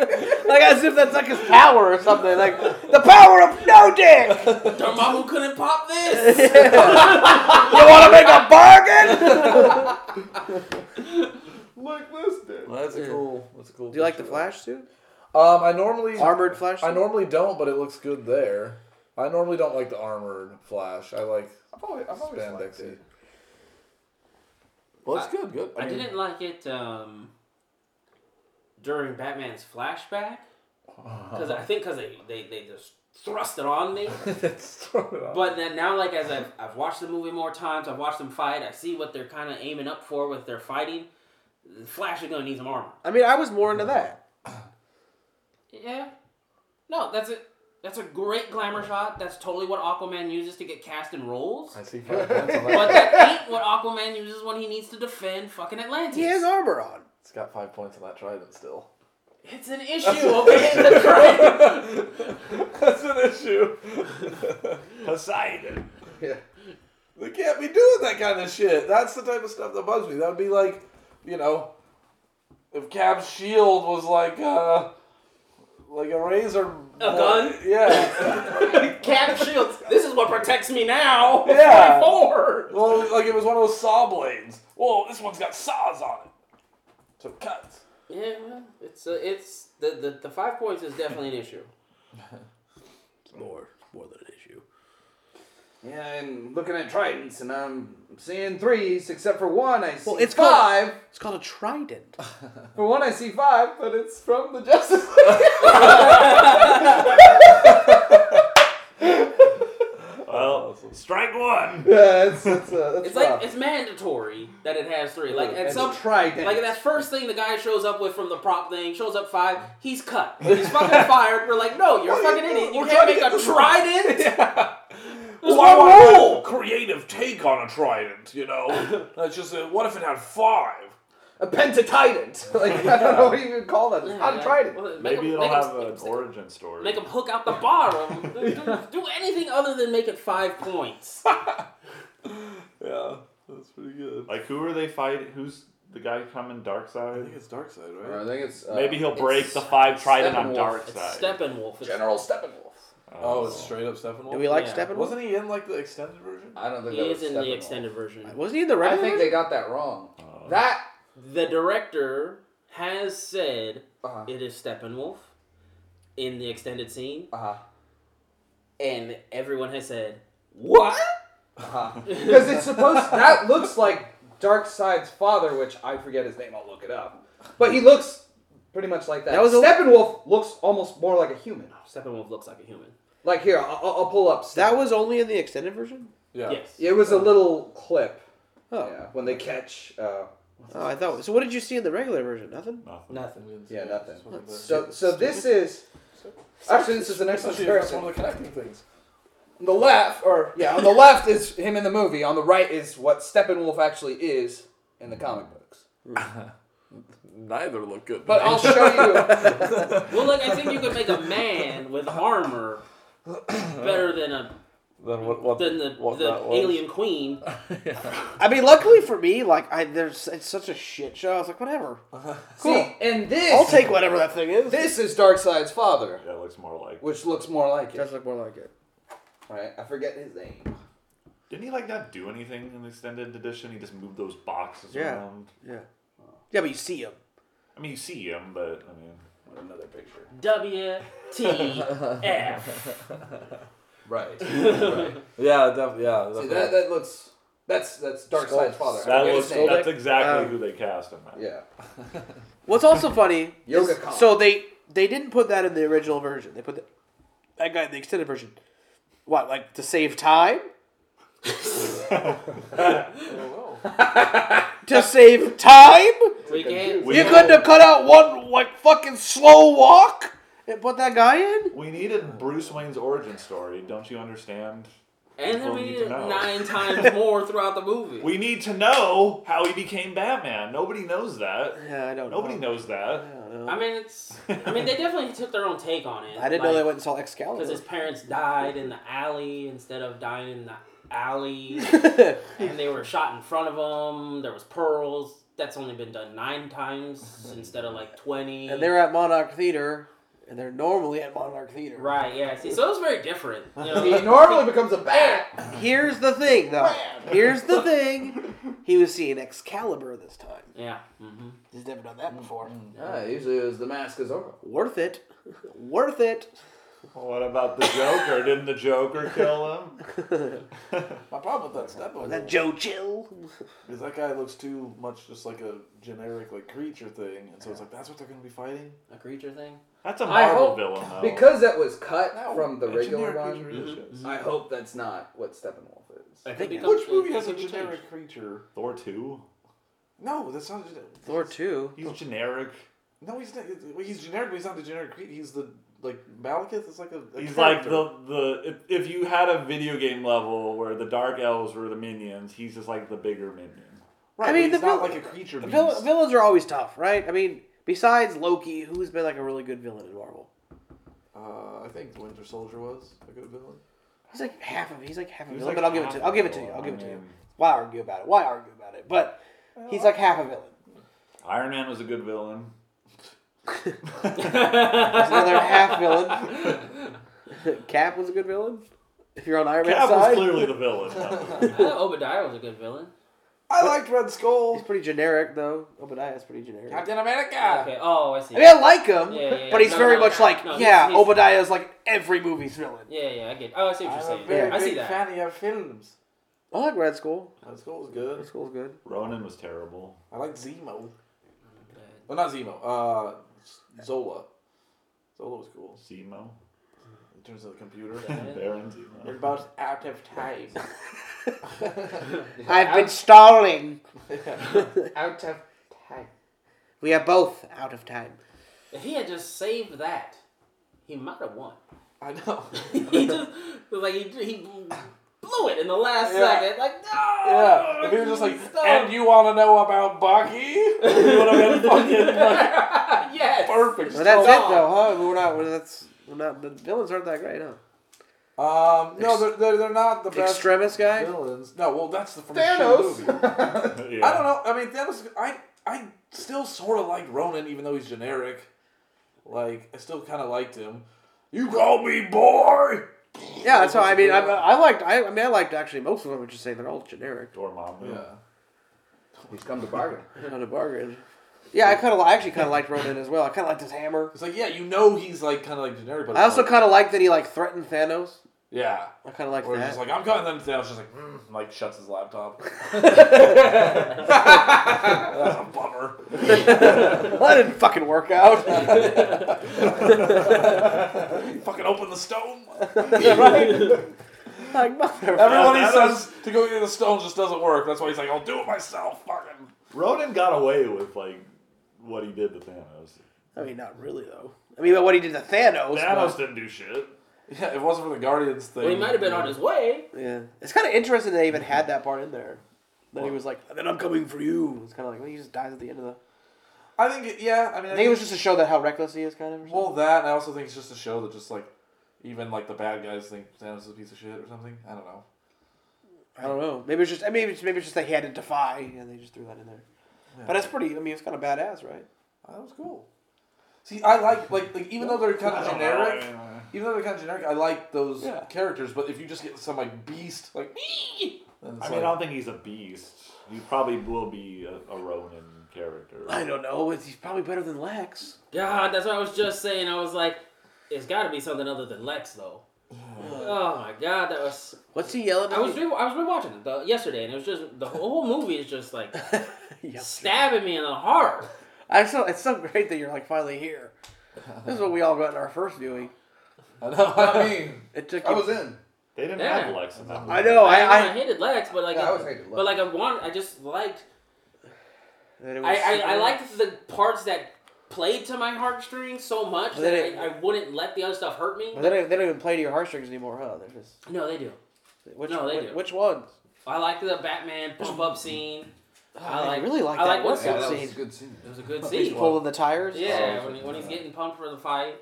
Speaker 1: a dick," like as if that's like his power or something, like the power of no dick.
Speaker 3: Dormammu couldn't pop this.
Speaker 1: You want to make a bargain?
Speaker 6: look, listen.
Speaker 4: Well, that's a cool. That's a cool.
Speaker 1: Do you like the
Speaker 4: picture.
Speaker 1: Flash suit?
Speaker 4: Um, I normally
Speaker 1: Armored Flash.
Speaker 4: I
Speaker 1: suit?
Speaker 4: normally don't, but it looks good there. I normally don't like the armored flash. I like
Speaker 6: I've always, I've always liked
Speaker 4: spandexy.
Speaker 6: it.
Speaker 4: Well, it's good. Good.
Speaker 3: I
Speaker 4: mean,
Speaker 3: didn't like it um, during Batman's flashback because I think because they, they they just thrust it on me.
Speaker 4: Let's throw it out.
Speaker 3: But then now, like as I've, I've watched the movie more times, I've watched them fight. I see what they're kind of aiming up for with their fighting. Flash is gonna need some armor.
Speaker 1: I mean, I was more into that.
Speaker 3: Yeah. No, that's it. That's a great glamour shot. That's totally what Aquaman uses to get cast in roles.
Speaker 4: I see five minutes on
Speaker 3: But
Speaker 4: that.
Speaker 3: that ain't what Aquaman uses when he needs to defend fucking Atlantis.
Speaker 1: He has armor on.
Speaker 4: It's got five points on that trident still.
Speaker 3: It's an issue of getting the credit.
Speaker 4: That's an issue.
Speaker 5: Poseidon.
Speaker 4: They can't be doing that kind of shit. That's the type of stuff that bugs me. That would be like, you know, if Cap's shield was like uh like a razor
Speaker 3: A
Speaker 4: blade.
Speaker 3: gun?
Speaker 4: Yeah.
Speaker 3: Cap shields. This is what protects me now.
Speaker 4: Yeah.
Speaker 3: Forward.
Speaker 4: well, like it was one of those saw blades. Well, this one's got saws on it. So it cuts.
Speaker 3: Yeah, well, it's a, it's the, the the five points is definitely an issue.
Speaker 1: More, more than an issue.
Speaker 2: Yeah, I'm looking at tridents and I'm seeing threes, except for one I see
Speaker 1: Well, it's called-
Speaker 2: five.
Speaker 1: It's called a trident.
Speaker 2: For one I see five, but it's from the Justice League.
Speaker 5: Well, strike one.
Speaker 2: yeah, it's it's, uh, that's
Speaker 3: It's
Speaker 2: rough.
Speaker 3: like it's mandatory that it has three. Like at
Speaker 2: It's
Speaker 3: some
Speaker 2: a trident.
Speaker 3: like that first thing the guy shows up with from the prop thing shows up five. He's cut. He's fucking fired. We're like, no, you're a
Speaker 4: What are you
Speaker 3: fucking idiot.
Speaker 4: doing?
Speaker 3: You
Speaker 4: We're
Speaker 3: can't
Speaker 4: trying to get
Speaker 3: make a
Speaker 4: this-
Speaker 3: trident.
Speaker 4: Yeah.
Speaker 3: There's
Speaker 4: Why
Speaker 3: no
Speaker 4: would I
Speaker 3: rule.
Speaker 4: have a creative take on a trident, you know? That's just uh, what if it had five?
Speaker 2: a pentatitant. Like I don't know what you would call that. It's not a
Speaker 3: Yeah,
Speaker 2: trident.
Speaker 3: well, make
Speaker 5: Maybe
Speaker 3: him-
Speaker 5: it'll
Speaker 3: make him
Speaker 5: have
Speaker 3: stick-
Speaker 5: an
Speaker 3: stick-
Speaker 5: origin story.
Speaker 3: Make him hook out the bottom. do, do anything other than make it five points.
Speaker 4: Yeah, that's pretty good.
Speaker 5: like who are they fighting? Who's the guy coming dark side?
Speaker 4: it's dark side,
Speaker 2: I think it's uh,
Speaker 5: Maybe he'll
Speaker 3: it's
Speaker 5: break the five trident on
Speaker 2: Steppenwolf.
Speaker 5: dark
Speaker 3: It's
Speaker 5: side.
Speaker 3: Steppenwolf. It's,
Speaker 2: General Steppenwolf.
Speaker 4: Oh, it's straight up Steppenwolf.
Speaker 1: Do we like
Speaker 3: Yeah.
Speaker 1: Steppenwolf? Wasn't,
Speaker 4: Wasn't he in like the extended version?
Speaker 2: I don't think
Speaker 3: he
Speaker 2: that
Speaker 3: is
Speaker 2: was
Speaker 3: in the
Speaker 2: Steppenwolf.
Speaker 3: extended version.
Speaker 1: he in the
Speaker 2: I
Speaker 1: regular?
Speaker 2: think they got that wrong.
Speaker 1: Oh.
Speaker 2: That
Speaker 3: The director has said
Speaker 2: uh-huh.
Speaker 3: it is Steppenwolf in the extended scene,
Speaker 2: uh-huh.
Speaker 3: and everyone has said, What?
Speaker 2: Because it's supposed that looks like Dark Side's father, which I forget his name. I'll look it up. But he looks pretty much like that.
Speaker 1: That was a-
Speaker 2: Steppenwolf looks almost more like a human.
Speaker 3: Steppenwolf looks like a human.
Speaker 2: Like here, I'll, I'll- I'll pull up.
Speaker 1: That was only in the extended version.
Speaker 4: Yeah.
Speaker 3: Yes.
Speaker 2: It was a little clip.
Speaker 1: Oh,
Speaker 2: Yeah, when they catch. Uh,
Speaker 1: oh, I thought. So, what did you see in the regular version? Nothing.
Speaker 5: Nothing.
Speaker 3: Nothing.
Speaker 2: yeah, nothing.
Speaker 4: That's
Speaker 2: So, so this is. Actually, this is an excellent
Speaker 4: actually that's one
Speaker 2: comparison.
Speaker 4: of the connecting things.
Speaker 2: On the left, or yeah, on the left is him in the movie. On the right is what Steppenwolf actually is in the comic books.
Speaker 4: Neither look good.
Speaker 2: But I'll show you.
Speaker 3: Well, look, I think you could make a man with armor better than a
Speaker 4: then what? what
Speaker 3: than the,
Speaker 4: what
Speaker 3: the
Speaker 4: that was.
Speaker 3: alien queen.
Speaker 1: I mean, luckily for me, like I there's it's such a shit show. I was like, whatever.
Speaker 2: See, and this.
Speaker 1: I'll take whatever that thing is.
Speaker 2: This is Darkseid's father,
Speaker 5: That looks more like.
Speaker 2: which looks more like
Speaker 1: does
Speaker 2: it.
Speaker 1: look more like it.
Speaker 2: Right? I forget his name.
Speaker 5: Didn't he like not do anything in the extended edition? He just moved those boxes
Speaker 1: Yeah.
Speaker 5: around.
Speaker 1: Yeah. Yeah, but you see him.
Speaker 5: I mean, you see him, but I mean,
Speaker 2: Another picture.
Speaker 3: WTF.
Speaker 2: Right.
Speaker 4: yeah, def- yeah.
Speaker 2: See,
Speaker 4: definitely.
Speaker 2: that that looks. That's that's Darkseid's father. I
Speaker 5: that
Speaker 2: forget
Speaker 5: looks,
Speaker 2: his name.
Speaker 5: that's exactly
Speaker 1: Um,
Speaker 5: who they cast in that.
Speaker 2: Yeah.
Speaker 1: What's also funny
Speaker 2: Yoga
Speaker 1: is-
Speaker 2: collar.
Speaker 1: so they they didn't put that in the original version. They put that that guy in the extended version. What, like to save time? to save time?
Speaker 3: we can't.
Speaker 5: We
Speaker 1: you
Speaker 5: know-
Speaker 1: couldn't have cut out one like fucking slow walk and put that guy in?
Speaker 5: We needed Bruce Wayne's origin story. Don't you understand?
Speaker 3: And then
Speaker 5: People
Speaker 3: we
Speaker 5: need
Speaker 3: need
Speaker 5: to
Speaker 3: it
Speaker 5: know.
Speaker 3: nine times more throughout the movie.
Speaker 5: We need to know how he became Batman. Nobody knows that.
Speaker 1: Yeah, I don't
Speaker 5: Nobody
Speaker 1: know.
Speaker 5: knows that.
Speaker 1: Nobody knows.
Speaker 3: I mean, it's. I mean, they definitely took their own take on it.
Speaker 1: I didn't know they went and saw Excalibur.
Speaker 3: because his parents died in the alley instead of dying in the alley, and they were shot in front of them. There was pearls. That's only been done nine times instead of like twenty.
Speaker 1: and they're at Monarch Theater, and they're normally at Monarch Theater.
Speaker 3: right. Yeah. See, so it was very different. You know,
Speaker 2: He normally becomes a bat.
Speaker 1: Here's the thing, though. Here's the thing. He was seeing Excalibur this time.
Speaker 3: yeah. hmm
Speaker 1: He's never done that before.
Speaker 5: Mm-hmm.
Speaker 2: Ah, usually it was the mask is over.
Speaker 1: Worth it. Worth it.
Speaker 5: What about the Joker? Didn't the Joker kill him?
Speaker 4: My problem with that Steppenwolf
Speaker 1: That Joe Chill.
Speaker 4: is that guy looks too much just like a generic like creature thing, and so it's like that's what they're gonna be fighting.
Speaker 3: A creature thing.
Speaker 5: That's a
Speaker 2: I
Speaker 5: Marvel
Speaker 2: hope-
Speaker 5: villain, though.
Speaker 2: Because that was cut
Speaker 4: No,
Speaker 2: from the
Speaker 4: a
Speaker 2: regular
Speaker 4: generic creature
Speaker 2: one.
Speaker 4: is
Speaker 3: Mm-hmm.
Speaker 4: just-
Speaker 2: I hope that's not what Steppenwolf is.
Speaker 3: It could
Speaker 1: think-
Speaker 3: become-
Speaker 4: Which movie
Speaker 3: it
Speaker 4: has a
Speaker 3: could be changed.
Speaker 4: generic creature?
Speaker 5: Thor 2?
Speaker 4: No, that's not. a gener-
Speaker 1: Thor 2.
Speaker 5: He's generic.
Speaker 4: No, he's not. He's generic, but he's not the generic creature. He's the like Malekith is like a. a
Speaker 5: He's like
Speaker 4: character.
Speaker 5: the the if, if you had a video game level where the dark elves were the minions, he's just like the bigger minion.
Speaker 4: Right,
Speaker 1: I
Speaker 4: but
Speaker 1: mean,
Speaker 4: he's
Speaker 1: the
Speaker 4: not
Speaker 1: vill-
Speaker 4: like a creature
Speaker 1: The
Speaker 4: beast.
Speaker 1: vill- villains are always tough, right? I mean, besides Loki, who's been like a really good villain in Marvel?
Speaker 4: uh, I think Winter Soldier was a good villain.
Speaker 1: He's like half of He's like half of
Speaker 5: He's
Speaker 1: villain,
Speaker 5: like
Speaker 1: but I'll give it
Speaker 5: half Mm-hmm.
Speaker 1: to.
Speaker 5: a
Speaker 1: I'll give it to you.
Speaker 5: villain.
Speaker 1: I'll give it
Speaker 5: I
Speaker 1: to you.
Speaker 5: mean-
Speaker 1: Why argue about it? Why argue about it? But he's like half a villain.
Speaker 5: Iron Man was a good villain.
Speaker 1: He's another half villain. Cap was a good villain. If you're on Iron Man's
Speaker 5: Cap
Speaker 1: side,
Speaker 5: was clearly the villain. though.
Speaker 3: I thought Obadiah was a good villain.
Speaker 4: I liked Red
Speaker 1: he's
Speaker 4: Skull.
Speaker 1: pretty generic though. Obadiah's pretty generic.
Speaker 2: Captain America.
Speaker 3: Okay. Oh, I see.
Speaker 1: I mean, I like him,
Speaker 3: Yeah, yeah, yeah.
Speaker 1: but he's
Speaker 3: No,
Speaker 1: very
Speaker 3: no,
Speaker 1: much
Speaker 3: no.
Speaker 1: like,
Speaker 3: No, he's-
Speaker 1: yeah,
Speaker 3: he's-
Speaker 1: Obadiah's like every movie's villain.
Speaker 3: Yeah, yeah, I get. Oh, I see what
Speaker 4: I'm
Speaker 3: you're
Speaker 4: a
Speaker 3: saying.
Speaker 4: very
Speaker 3: I see
Speaker 4: big
Speaker 3: that.
Speaker 4: fan of your films.
Speaker 1: I like Red Skull.
Speaker 4: Red Skull was
Speaker 1: Red
Speaker 4: good.
Speaker 1: Skull's good.
Speaker 5: Ronan was terrible.
Speaker 4: I liked Zemo. Well, not Zemo. Uh, Zola. Zola was cool
Speaker 5: Zemo.
Speaker 4: in terms of the computer.
Speaker 5: Baron
Speaker 4: We're
Speaker 5: Zemo.
Speaker 4: about out of time.
Speaker 1: I've been stalling.
Speaker 2: Out of time.
Speaker 1: We are both out of time.
Speaker 3: If he had just saved that, he might have won.
Speaker 4: I know.
Speaker 3: he just like he, he blew it in the last
Speaker 4: Yeah.
Speaker 3: second. Like no.
Speaker 4: Yeah, if he was just like,
Speaker 3: Stop.
Speaker 4: and you want to know about Bucky? You would have been fucking like,
Speaker 3: yes.
Speaker 4: perfect.
Speaker 1: Well, that's
Speaker 4: Stop.
Speaker 1: it though, huh? We're not. We're, that's we're not. The villains aren't that great, huh?
Speaker 4: Um, no, they're, they're, they're not the best
Speaker 1: Extremist guy.
Speaker 4: villains. No, well, that's the from
Speaker 6: Thanos.
Speaker 4: The shitty movie.
Speaker 5: Yeah.
Speaker 4: I don't know. I mean, Thanos. I I still sort of like Ronan, even though he's generic. Like, I still kind of liked him. You call me boy.
Speaker 1: Yeah, that's how. I mean, I, I liked. I, I mean, I liked actually most of them. Which is saying they're all generic.
Speaker 5: Dormammu.
Speaker 4: Yeah.
Speaker 6: He's come to bargain.
Speaker 1: Not a bargain. Yeah, I kind of. I actually kind of liked Ronan as well. I kind of liked his hammer.
Speaker 4: It's like, yeah, you know, he's like kind of like generic, but
Speaker 1: I also
Speaker 4: like,
Speaker 1: kind of liked that he like threatened Thanos.
Speaker 4: yeah.
Speaker 1: I kind of liked
Speaker 4: Or he's
Speaker 1: that.
Speaker 4: just like, I'm coming. Then Thanos just like, mm, like shuts his laptop. That's a bummer.
Speaker 1: that didn't fucking work out.
Speaker 4: Fucking open the stone.
Speaker 1: like motherfucker.
Speaker 4: Everyone he
Speaker 5: Thanos-
Speaker 4: says to go get the stone just doesn't work. That's why he's like, I'll do it myself. Fucking.
Speaker 5: Ronan got away with like what he did to Thanos.
Speaker 1: I mean, not really though. I mean, but what he did to Thanos.
Speaker 5: Thanos didn't do shit.
Speaker 4: Yeah, if it wasn't for the Guardians thing.
Speaker 3: Well, he might have been on his way.
Speaker 1: but- yeah, it's kind of interesting they even had that part in there. That he was like, "Then I'm coming for you." It's kind of like well, he just dies at the end of the.
Speaker 4: I think, it- yeah, I mean,
Speaker 1: I think it was just to show that how reckless he is, kind of. Or something.
Speaker 4: Well, that, and I also think it's just a show that just like, even like the bad guys think Thanos is a piece of shit or something. I don't know.
Speaker 1: I don't know. Maybe it's just maybe it's, maybe it's just that he had to defy, and they just threw that in there.
Speaker 4: Yeah.
Speaker 1: But that's pretty. I mean, it's kind of badass, right?
Speaker 4: That was cool. See, I like like like even though they're kind of generic,
Speaker 5: I don't know.
Speaker 4: even though they're kind of generic, I like those
Speaker 1: Yeah.
Speaker 4: characters. But if you just get some like beast, like, then it's
Speaker 5: I mean, I
Speaker 4: like-
Speaker 5: don't think he's a beast. He probably will be a, a Ronin character.
Speaker 1: I don't know. It's, he's probably better than Lex.
Speaker 3: God, that's what I was just saying. I was like, it's got to be something other than Lex though. oh my God, that was.
Speaker 1: What's he yelling?
Speaker 3: I was re- I was rewatching it the, yesterday, and it was just the whole movie is just like stabbing me in the heart.
Speaker 1: I so it's so great that you're like finally here. This is what we all got in our first viewing.
Speaker 4: I know.
Speaker 6: I mean,
Speaker 1: It took.
Speaker 6: I
Speaker 1: you-
Speaker 6: was in.
Speaker 5: They didn't
Speaker 3: Yeah.
Speaker 5: have Lex in that movie.
Speaker 1: I know.
Speaker 3: I,
Speaker 1: Oh, I.
Speaker 3: I hated Lex, but like,
Speaker 6: Yeah, I
Speaker 3: I-
Speaker 6: always hated Lex.
Speaker 3: but like I want, I just liked
Speaker 1: I,
Speaker 3: I, I, I liked the parts that played to my heartstrings so much
Speaker 1: But
Speaker 3: that
Speaker 1: they-
Speaker 3: I, I wouldn't let the other stuff hurt me.
Speaker 1: But they don't, they don't even play to your heartstrings anymore, huh? They're just
Speaker 3: No, they do.
Speaker 1: which
Speaker 3: No, they
Speaker 1: which,
Speaker 3: do.
Speaker 1: which ones?
Speaker 3: I liked the Batman pump up scene. I
Speaker 1: Oh, I
Speaker 3: like-
Speaker 1: really like
Speaker 3: I
Speaker 1: that
Speaker 3: like
Speaker 1: one
Speaker 3: what's
Speaker 6: Yeah,
Speaker 1: scene.
Speaker 6: that was a good scene.
Speaker 3: It was a good
Speaker 1: He's
Speaker 3: scene.
Speaker 1: pulling the tires.
Speaker 3: Yeah, when, when he's getting pumped for the fight.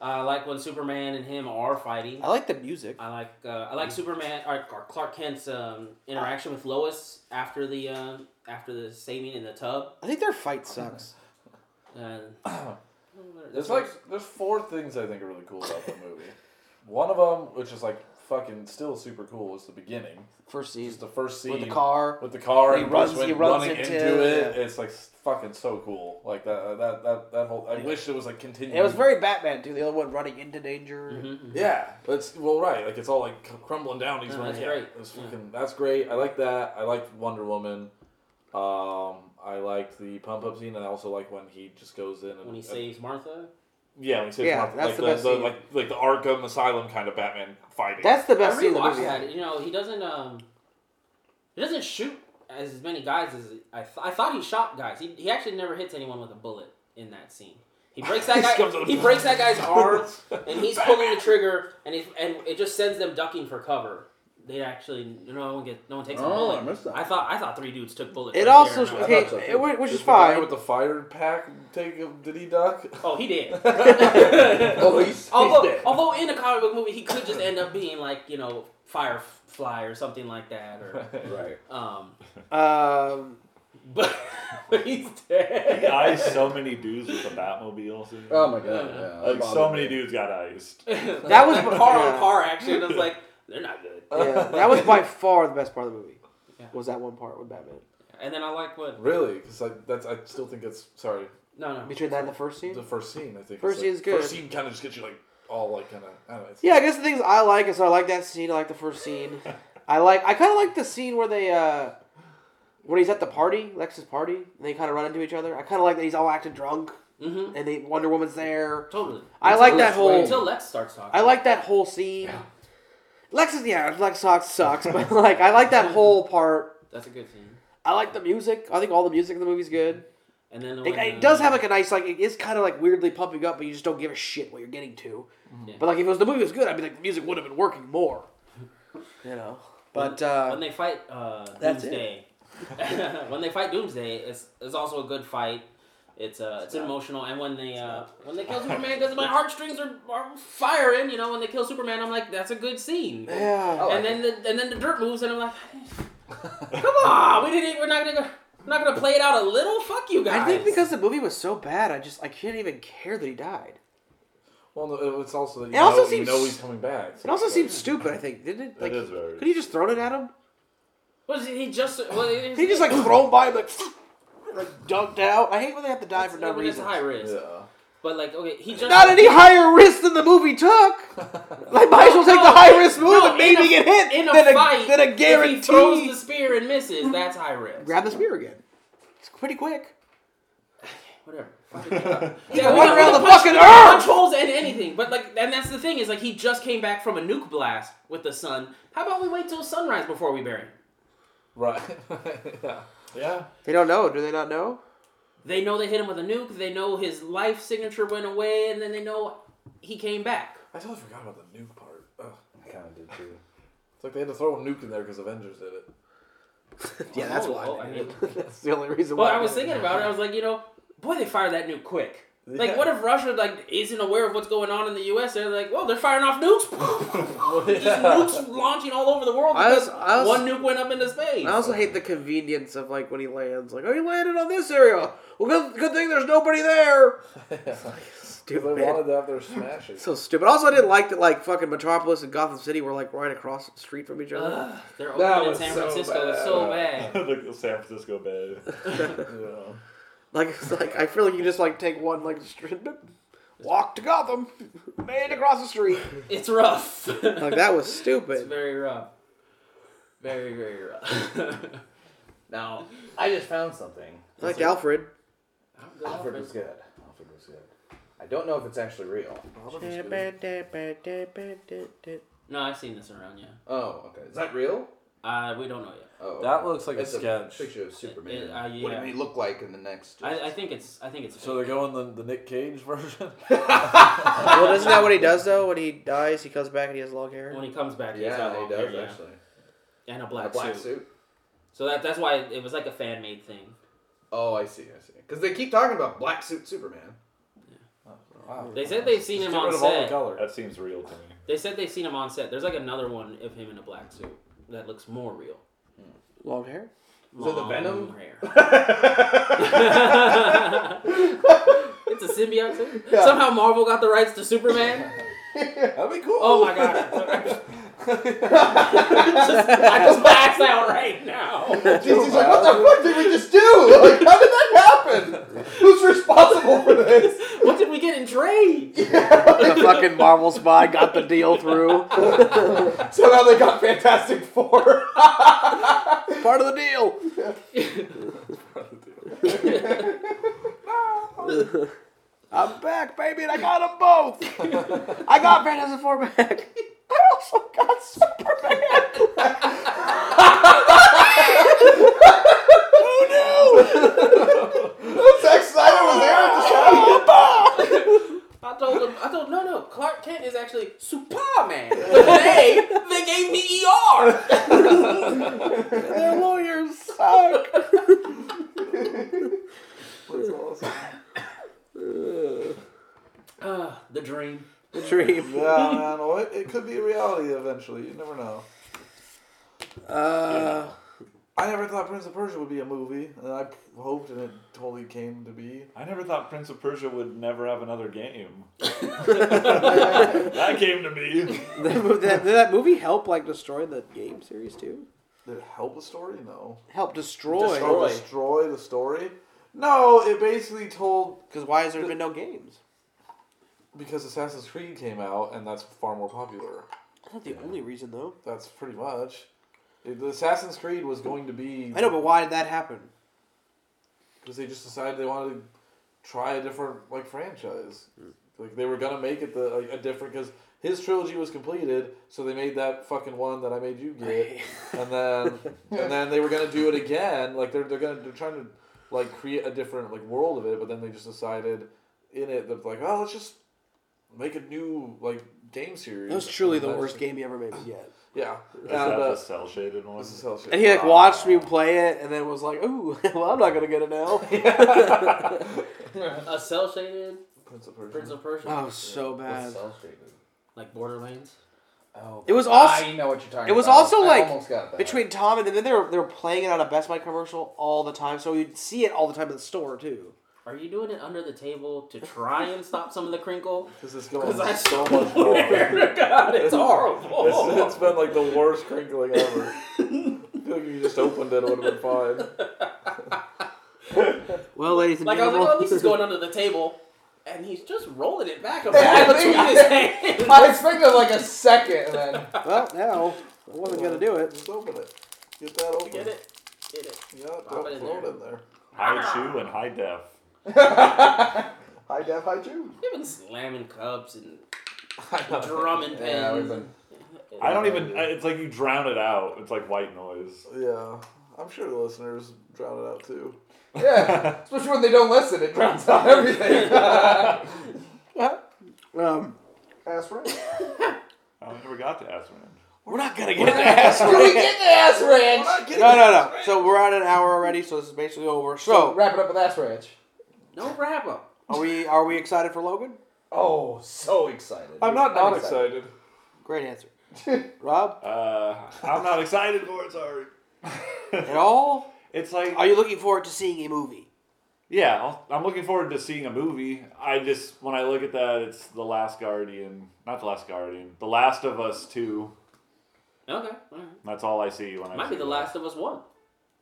Speaker 3: I like when Superman and him are fighting.
Speaker 1: I like the music.
Speaker 3: I like uh, I like Superman or, or Clark Kent's um, interaction with Lois after the uh, after the saving in the tub.
Speaker 1: I think their fight sucks.
Speaker 3: And,
Speaker 4: There's like there's four things I think are really cool about the movie. One of them, which is like fucking still super cool, is the beginning.
Speaker 1: First
Speaker 4: It's
Speaker 1: scene
Speaker 4: the first scene
Speaker 1: with the car.
Speaker 4: with the car
Speaker 1: He
Speaker 4: and Bruce
Speaker 1: runs-
Speaker 4: Wayne
Speaker 1: he runs
Speaker 4: running
Speaker 1: into
Speaker 4: into,
Speaker 1: it,
Speaker 4: it. It's like fucking so cool. Like that that that that whole. I wish it was like continued.
Speaker 1: It
Speaker 3: Mm-hmm.
Speaker 1: was very Batman too. The other one running into danger.
Speaker 3: Mhm.
Speaker 4: Yeah, but it's well, right. Like it's all like cr- crumbling down. He's
Speaker 3: No,
Speaker 4: running.
Speaker 3: that's
Speaker 4: yeah,
Speaker 3: great.
Speaker 4: It's
Speaker 3: Yeah.
Speaker 4: fucking, That's great. I like that. I liked Wonder Woman. Um, I liked the pump up scene, and I also like when he just goes in and
Speaker 3: When he
Speaker 4: and-
Speaker 3: saves Martha.
Speaker 4: Yeah, when he saves
Speaker 1: Yeah,
Speaker 4: Martha.
Speaker 1: that's
Speaker 4: like
Speaker 1: the best scene.
Speaker 4: like like the Arkham Asylum kind of Batman fighting.
Speaker 1: That's the best
Speaker 3: I
Speaker 1: scene in the
Speaker 3: rewatched
Speaker 1: movie.
Speaker 3: that. You know, he doesn't um, he doesn't shoot as many guys as I, th- I thought he shot guys. He, he actually never hits anyone with a bullet in that scene. He breaks that
Speaker 5: Just comes
Speaker 3: guy.
Speaker 5: up-
Speaker 3: he breaks that guy's arm, and he's pulling the trigger, and it and it just sends them ducking for cover. They actually no one get no one takes a
Speaker 6: Oh,
Speaker 3: bullet.
Speaker 6: I missed that.
Speaker 3: I thought I thought three dudes took bullets.
Speaker 1: It
Speaker 3: right
Speaker 1: also
Speaker 3: there, and I was
Speaker 1: okay,
Speaker 6: thought so, too.
Speaker 1: it- which is
Speaker 4: Did the guy
Speaker 1: fine.
Speaker 4: with the fired pack take him? Did he duck?
Speaker 3: like, oh, he did.
Speaker 6: Oh, he's, he's
Speaker 3: although,
Speaker 6: dead.
Speaker 3: although in a comic book movie, he could just end up being like you know Firefly or something like that, or
Speaker 6: Right.
Speaker 3: um,
Speaker 1: Um,
Speaker 3: but, but he's dead.
Speaker 5: He iced so many dudes with the Batmobile. Scene.
Speaker 6: Oh my god. Yeah,
Speaker 5: like so many dudes got iced.
Speaker 1: That was-
Speaker 3: car on
Speaker 1: yeah.
Speaker 3: car action. I was like, they're not good.
Speaker 1: yeah, that was by far the best part of the movie.
Speaker 3: Yeah.
Speaker 1: Was that one part with Batman
Speaker 3: And then I like what
Speaker 4: Really? Because like that's I still think it's sorry
Speaker 3: no no
Speaker 1: between that and the first scene?
Speaker 4: the first scene. I think
Speaker 1: First
Speaker 4: it's like,
Speaker 1: scene's good.
Speaker 4: First scene kind of just gets you like all like kind of I don't know. It's,
Speaker 1: Yeah, I guess the things I like is I like that scene. I like the first scene. I like. I kind of like the scene where they, uh when he's at the party, Lex's party, and they kind of run into each other. I kind of like that he's all acting drunk,
Speaker 3: mm-hmm.
Speaker 1: and they Wonder Woman's there.
Speaker 3: totally.
Speaker 1: I like that whole.
Speaker 3: Until Lex starts talking.
Speaker 1: I like that whole scene. Lex is yeah, Lex sucks, sucks, but like I like that whole part.
Speaker 3: That's a good scene.
Speaker 1: I like the music. I think all the music in the movie's good.
Speaker 3: And then
Speaker 1: It,
Speaker 3: when,
Speaker 1: it
Speaker 3: uh,
Speaker 1: does have like a nice like it is kind of like weirdly pumping up, but you just don't give a shit what you're getting to.
Speaker 3: Yeah.
Speaker 1: But like if it was the movie was good, I'd be like the music would have been working more. You know. But uh,
Speaker 3: when they fight uh,
Speaker 1: That's
Speaker 3: Doomsday. when they fight Doomsday, it's, it's also a good fight. It's uh, it's, emotional, and when they uh, when they kill Superman, because my heartstrings are, are firing. You know, when they kill Superman, I'm like, that's a good scene.
Speaker 1: yeah,
Speaker 6: Oh,
Speaker 3: and then the, and then the dirt moves, and I'm like, come on, we didn't. We're not gonna go. We're not gonna play it out a little. Fuck you guys.
Speaker 1: I think because the movie was so bad, I just I can't even care that he died.
Speaker 4: Well, no, it's also that you,
Speaker 1: It also
Speaker 4: know,
Speaker 1: seems-
Speaker 4: you know he's coming back.
Speaker 1: It also seems stupid. I think didn't it? Like,
Speaker 5: is very-
Speaker 1: could he just thrown it at him?
Speaker 3: was he just was
Speaker 1: He just like thrown by him, like, like dunked out. I hate when they have to die for no
Speaker 3: it's
Speaker 1: reason.
Speaker 3: high risk,
Speaker 4: Yeah.
Speaker 3: but like okay, he just
Speaker 1: Not any higher risk than the movie took. Like, might as well take the
Speaker 3: No,
Speaker 1: high risk move
Speaker 3: no,
Speaker 1: and maybe
Speaker 3: in a-
Speaker 1: get hit
Speaker 3: in a
Speaker 1: than,
Speaker 3: fight.
Speaker 1: a, than a
Speaker 3: If he throws
Speaker 1: guarantee.
Speaker 3: the spear and misses, that's high risk.
Speaker 1: Grab the spear again. It's pretty quick.
Speaker 3: Whatever.
Speaker 1: He can
Speaker 3: we
Speaker 1: run
Speaker 3: can-
Speaker 1: around
Speaker 3: we
Speaker 1: the
Speaker 3: can punch-
Speaker 1: fucking
Speaker 3: we can Punch
Speaker 1: earth.
Speaker 3: holes and anything, but like, and that's the thing is like he just came back from a nuke blast with the sun. How about we wait till sunrise before we bury him?
Speaker 4: Right. yeah. Yeah.
Speaker 1: They don't know. Do they not know?
Speaker 3: They know they hit him with a nuke. They know his life signature went away, and then they know he came back.
Speaker 4: I totally forgot about the nuke part. Ugh.
Speaker 6: I kind of did too.
Speaker 4: It's like they had to throw a nuke in there because Avengers did it.
Speaker 1: Yeah, that's
Speaker 3: Oh,
Speaker 1: why.
Speaker 3: oh, I mean-
Speaker 1: That's the only reason why.
Speaker 3: But I was thinking about it. I was like, you know, boy, they fired that nuke quick. Like,
Speaker 4: Yeah.
Speaker 3: what if Russia like isn't aware of what's going on in the U.S.? They're like, well, they're firing off nukes. These nukes launching all over the world
Speaker 1: I
Speaker 3: because
Speaker 1: also- I also-
Speaker 3: one nuke went up into space.
Speaker 1: I also hate the convenience of like when he lands, like, oh, he landed on this area. Well, good, good thing there's nobody there.
Speaker 4: They
Speaker 1: Stupid.
Speaker 4: wanted to have their smashing.
Speaker 1: So stupid. Also, I didn't like that like fucking Metropolis and Gotham City were like right across the street from each other.
Speaker 3: Ugh, they're
Speaker 4: That
Speaker 3: open in
Speaker 4: was
Speaker 3: San
Speaker 4: so
Speaker 3: Francisco.
Speaker 4: bad.
Speaker 3: It's so bad.
Speaker 5: Look at San Francisco bed.
Speaker 4: yeah.
Speaker 1: Like it's like I feel like you just like take one like street, walk to Gotham, made across the street.
Speaker 3: It's rough.
Speaker 1: Like that was
Speaker 3: It's
Speaker 1: stupid.
Speaker 3: very rough. Very very rough. now,
Speaker 6: I just found something.
Speaker 1: I liked Alfred.
Speaker 3: I'm good off
Speaker 6: Alfred
Speaker 3: it.
Speaker 6: was good. Alfred was good. I don't know if it's actually real.
Speaker 3: no, I've seen this around. Yeah,
Speaker 6: Oh, okay. Is that real?
Speaker 3: uh, we don't know yet.
Speaker 6: Oh, okay.
Speaker 4: That looks like a
Speaker 6: it's
Speaker 4: sketch.
Speaker 6: picture of Superman.
Speaker 3: It- uh,
Speaker 6: What
Speaker 3: yeah.
Speaker 6: did he look like in the next?
Speaker 3: I, I think it's. I think it's.
Speaker 4: So they're going the, the Nick Cage version?
Speaker 1: Well, isn't that what he does though? When he dies, he comes back and he has long hair.
Speaker 3: when he comes back, he's
Speaker 6: yeah,
Speaker 3: got
Speaker 6: he
Speaker 3: long
Speaker 6: does
Speaker 3: hair, yeah.
Speaker 6: actually.
Speaker 3: and a
Speaker 6: A
Speaker 3: black,
Speaker 6: black
Speaker 3: suit.
Speaker 6: suit.
Speaker 3: So that that's why it was like a fan made thing.
Speaker 6: Oh, I see. I see. Because they keep talking about black suit Superman.
Speaker 4: Wow.
Speaker 3: They said they've seen
Speaker 4: Just
Speaker 3: him
Speaker 4: get
Speaker 3: on
Speaker 4: rid of all the
Speaker 3: set.
Speaker 4: color.
Speaker 5: That seems real to me.
Speaker 3: They said they've seen him on set. There's like another one of him in a black suit that looks more real.
Speaker 1: Long hair.
Speaker 6: Is it the
Speaker 3: Long
Speaker 6: Venom?
Speaker 3: hair.
Speaker 6: yeah.
Speaker 3: It's a symbiote. suit?
Speaker 6: Yeah.
Speaker 3: Somehow Marvel got the rights to Superman.
Speaker 4: That'd be cool.
Speaker 3: Oh my god! Just- I just pass out right now.
Speaker 6: He's like, what the fuck did we just do? Like, how did that happen? Who's responsible for this?
Speaker 3: What did we get in trade?
Speaker 1: The fucking Marvel spy got the deal through.
Speaker 6: So now they got Fantastic Four.
Speaker 1: Part of the deal. I'm back, baby, and I got them both. I got Fantastic Four back. I also got Superman.
Speaker 6: Zack Snyder was there at the time.
Speaker 3: E
Speaker 1: Their lawyers suck.
Speaker 4: That's awesome.
Speaker 3: Uh, the dream.
Speaker 1: Dream.
Speaker 4: Yeah, man. Well, it, it could be a reality eventually. You never know.
Speaker 1: Uh,
Speaker 4: I never thought Prince of Persia would be a movie, and I hoped, and it totally came to be.
Speaker 5: I never thought Prince of Persia would never have another game. that came to me.
Speaker 1: that mo- that- did that movie help like destroy the game series too?
Speaker 4: Did it help the story? No.
Speaker 1: Help destroy.
Speaker 4: Oh, destroy the story? No, it basically told
Speaker 1: Because why has there been no games?
Speaker 4: because Assassin's Creed came out, and that's far more popular.
Speaker 1: That's not the only reason though.
Speaker 4: That's pretty much. It- The Assassin's Creed was going to be
Speaker 1: I know, but why did that happen?
Speaker 4: because they just decided they wanted to try a different like franchise.
Speaker 1: Hmm.
Speaker 4: Like they were gonna make it the like, a different because his trilogy was completed, so they made that fucking one that I made you get, and then and then they were gonna do it again. Like they're they're gonna they're trying to like create a different like world of it, but then they just decided in it that like oh let's just make a new like game series.
Speaker 1: That was truly
Speaker 4: And
Speaker 1: the
Speaker 4: that's-
Speaker 1: worst game he ever made yet.
Speaker 4: Yeah, and,
Speaker 5: Is that
Speaker 4: uh,
Speaker 5: the cell shaded one?
Speaker 4: this is hell shit.
Speaker 1: And he like watched me play it, and then was like, "Ooh, well, I'm not gonna get it now."
Speaker 3: A cell shaded
Speaker 4: Prince of Persia.
Speaker 3: Prince of Persia.
Speaker 1: oh, so bad.
Speaker 3: Like Borderlands.
Speaker 2: Oh,
Speaker 1: It was also-
Speaker 2: I know what you're talking about.
Speaker 1: it was also,
Speaker 2: I
Speaker 1: like,
Speaker 2: almost got that.
Speaker 1: Between Tom and then they were they were playing it on a Best Buy commercial all the time, so you'd see it all the time in the store too.
Speaker 3: Are you doing it under the table to try and stop some of the crinkle?
Speaker 4: This is
Speaker 3: Because
Speaker 4: going
Speaker 3: I
Speaker 4: so much more.
Speaker 3: God, it's
Speaker 4: It's,
Speaker 3: horrible.
Speaker 4: it's been like the worst crinkling ever. I feel like if you just opened it, it would have been fine.
Speaker 1: Well, ladies and
Speaker 3: Like I was
Speaker 1: gentlemen,
Speaker 3: like, oh, at least he's going under the table, and he's just rolling it back and forth between his hands.
Speaker 2: I expected like a second, and then
Speaker 1: well, now I wasn't gonna do it.
Speaker 4: Just open it. Get that open.
Speaker 3: Get it? Get it?
Speaker 4: Yeah, don't
Speaker 3: Pop it in
Speaker 4: float
Speaker 3: there.
Speaker 4: in there.
Speaker 5: High chew and high def.
Speaker 6: Hi, Def. Hi, Jude.
Speaker 3: You've been slamming cups and
Speaker 4: I know.
Speaker 3: drumming
Speaker 2: yeah, we've
Speaker 3: pens.
Speaker 2: been.
Speaker 5: I don't even. I- It's like you drown it out. It's like white noise.
Speaker 4: Yeah, I'm sure the listeners drown it out too.
Speaker 2: Yeah, especially when they don't listen, it drowns out everything.
Speaker 1: Um,
Speaker 6: Ass right.
Speaker 5: I never got to Asmund.
Speaker 1: we're not gonna get that.
Speaker 2: Do we get the ass ranch?
Speaker 1: No, no, no. So we're at an hour already, so this is basically over.
Speaker 4: Oh.
Speaker 1: So
Speaker 2: Wrap it up with ass ranch.
Speaker 3: No wrap up.
Speaker 1: are we are we excited for Logan?
Speaker 2: Oh, so excited.
Speaker 4: I'm not not excited.
Speaker 1: Great answer, Rob.
Speaker 5: Uh, I'm not excited for it. Sorry.
Speaker 1: At all?
Speaker 5: It's like
Speaker 1: Are you looking forward to seeing a movie?
Speaker 5: yeah. I'll, I'm looking forward to seeing a movie. I just when I look at that, it's the Last Guardian. Not the Last Guardian. The Last of Us Two.
Speaker 3: Okay. all right.
Speaker 5: That's all I see when I
Speaker 3: Might be
Speaker 5: see
Speaker 3: the
Speaker 5: that.
Speaker 3: Last of Us one.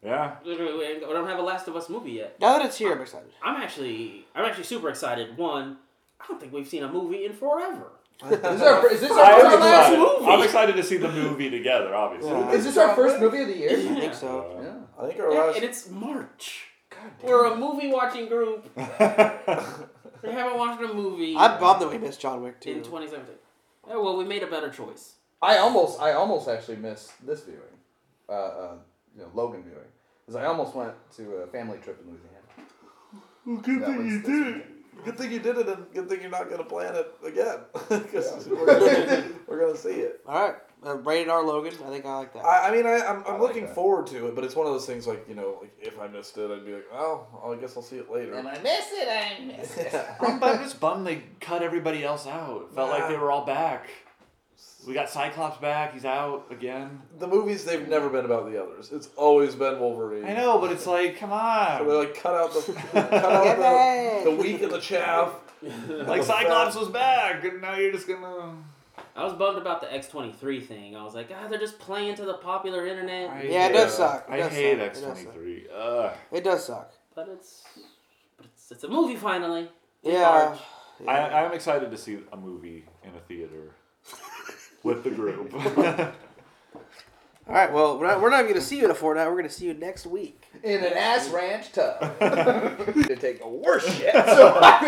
Speaker 5: Yeah.
Speaker 3: We we don't have a Last of Us movie yet.
Speaker 1: Now that it's here, I'm excited.
Speaker 3: I'm actually, I'm actually super excited. One, I don't think we've seen a movie in forever.
Speaker 2: Is, this our- is this
Speaker 5: I
Speaker 2: our
Speaker 5: am
Speaker 2: first,
Speaker 5: excited.
Speaker 3: movie.
Speaker 5: I'm excited to see the movie together. Obviously.
Speaker 1: Yeah.
Speaker 2: is this our first movie of the year?
Speaker 1: I think so.
Speaker 5: Uh,
Speaker 4: I think our
Speaker 3: Yeah,
Speaker 4: last.
Speaker 3: and it's March. We're a movie watching group.
Speaker 5: uh,
Speaker 3: we haven't watched a movie
Speaker 1: I'm bummed that we missed John Wick
Speaker 3: in
Speaker 1: too.
Speaker 3: 2017. Oh, well, we made a better choice.
Speaker 2: I almost, I almost actually missed this viewing, uh, uh, you know, Logan viewing, because I almost went to a family trip in Louisiana.
Speaker 4: good
Speaker 2: That
Speaker 4: thing
Speaker 2: was
Speaker 4: you
Speaker 2: this
Speaker 4: did. it. Good thing you did it, and good thing you're not gonna plan it again. 'Cause we're, gonna, we're gonna see it.
Speaker 1: All right, uh, rated R Logan. I think I like that.
Speaker 4: I, I mean, I, I'm, I'm
Speaker 2: I like
Speaker 4: looking
Speaker 2: that.
Speaker 4: forward to it, but it's one of those things like you know, like if I missed it, I'd be like, oh, well, I guess I'll see it later.
Speaker 2: I miss it. I miss
Speaker 5: I'm, I'm just bummed they cut everybody else out. It felt like they were all back. We got Cyclops back. He's out again.
Speaker 4: the movies they've never been about the others. It's always been Wolverine.
Speaker 5: I know, but it's like, come
Speaker 4: So they
Speaker 5: on.
Speaker 4: like cut out the cut out
Speaker 1: back.
Speaker 4: the, the weak and the chaff.
Speaker 5: Like Cyclops was back, and now you're just gonna.
Speaker 3: I was bummed about the X23 thing. I was like, ah, they're just playing to the popular internet.
Speaker 5: I
Speaker 1: Yeah, it does
Speaker 5: hate-
Speaker 1: suck. It
Speaker 5: I
Speaker 1: does
Speaker 5: hate
Speaker 1: suck. It
Speaker 5: X
Speaker 1: does
Speaker 5: twenty
Speaker 1: suck.
Speaker 5: three. Ugh.
Speaker 1: It does suck.
Speaker 3: But it's, but it's, it's a movie finally. In
Speaker 1: Yeah.
Speaker 3: March.
Speaker 5: I, I'm excited to see a movie in a theater with the group.
Speaker 1: All right. Well, we're not, we're not going to see you in a fortnight. We're going to see you next week.
Speaker 2: it. In an ass ranch tub. to take a worse shit. So I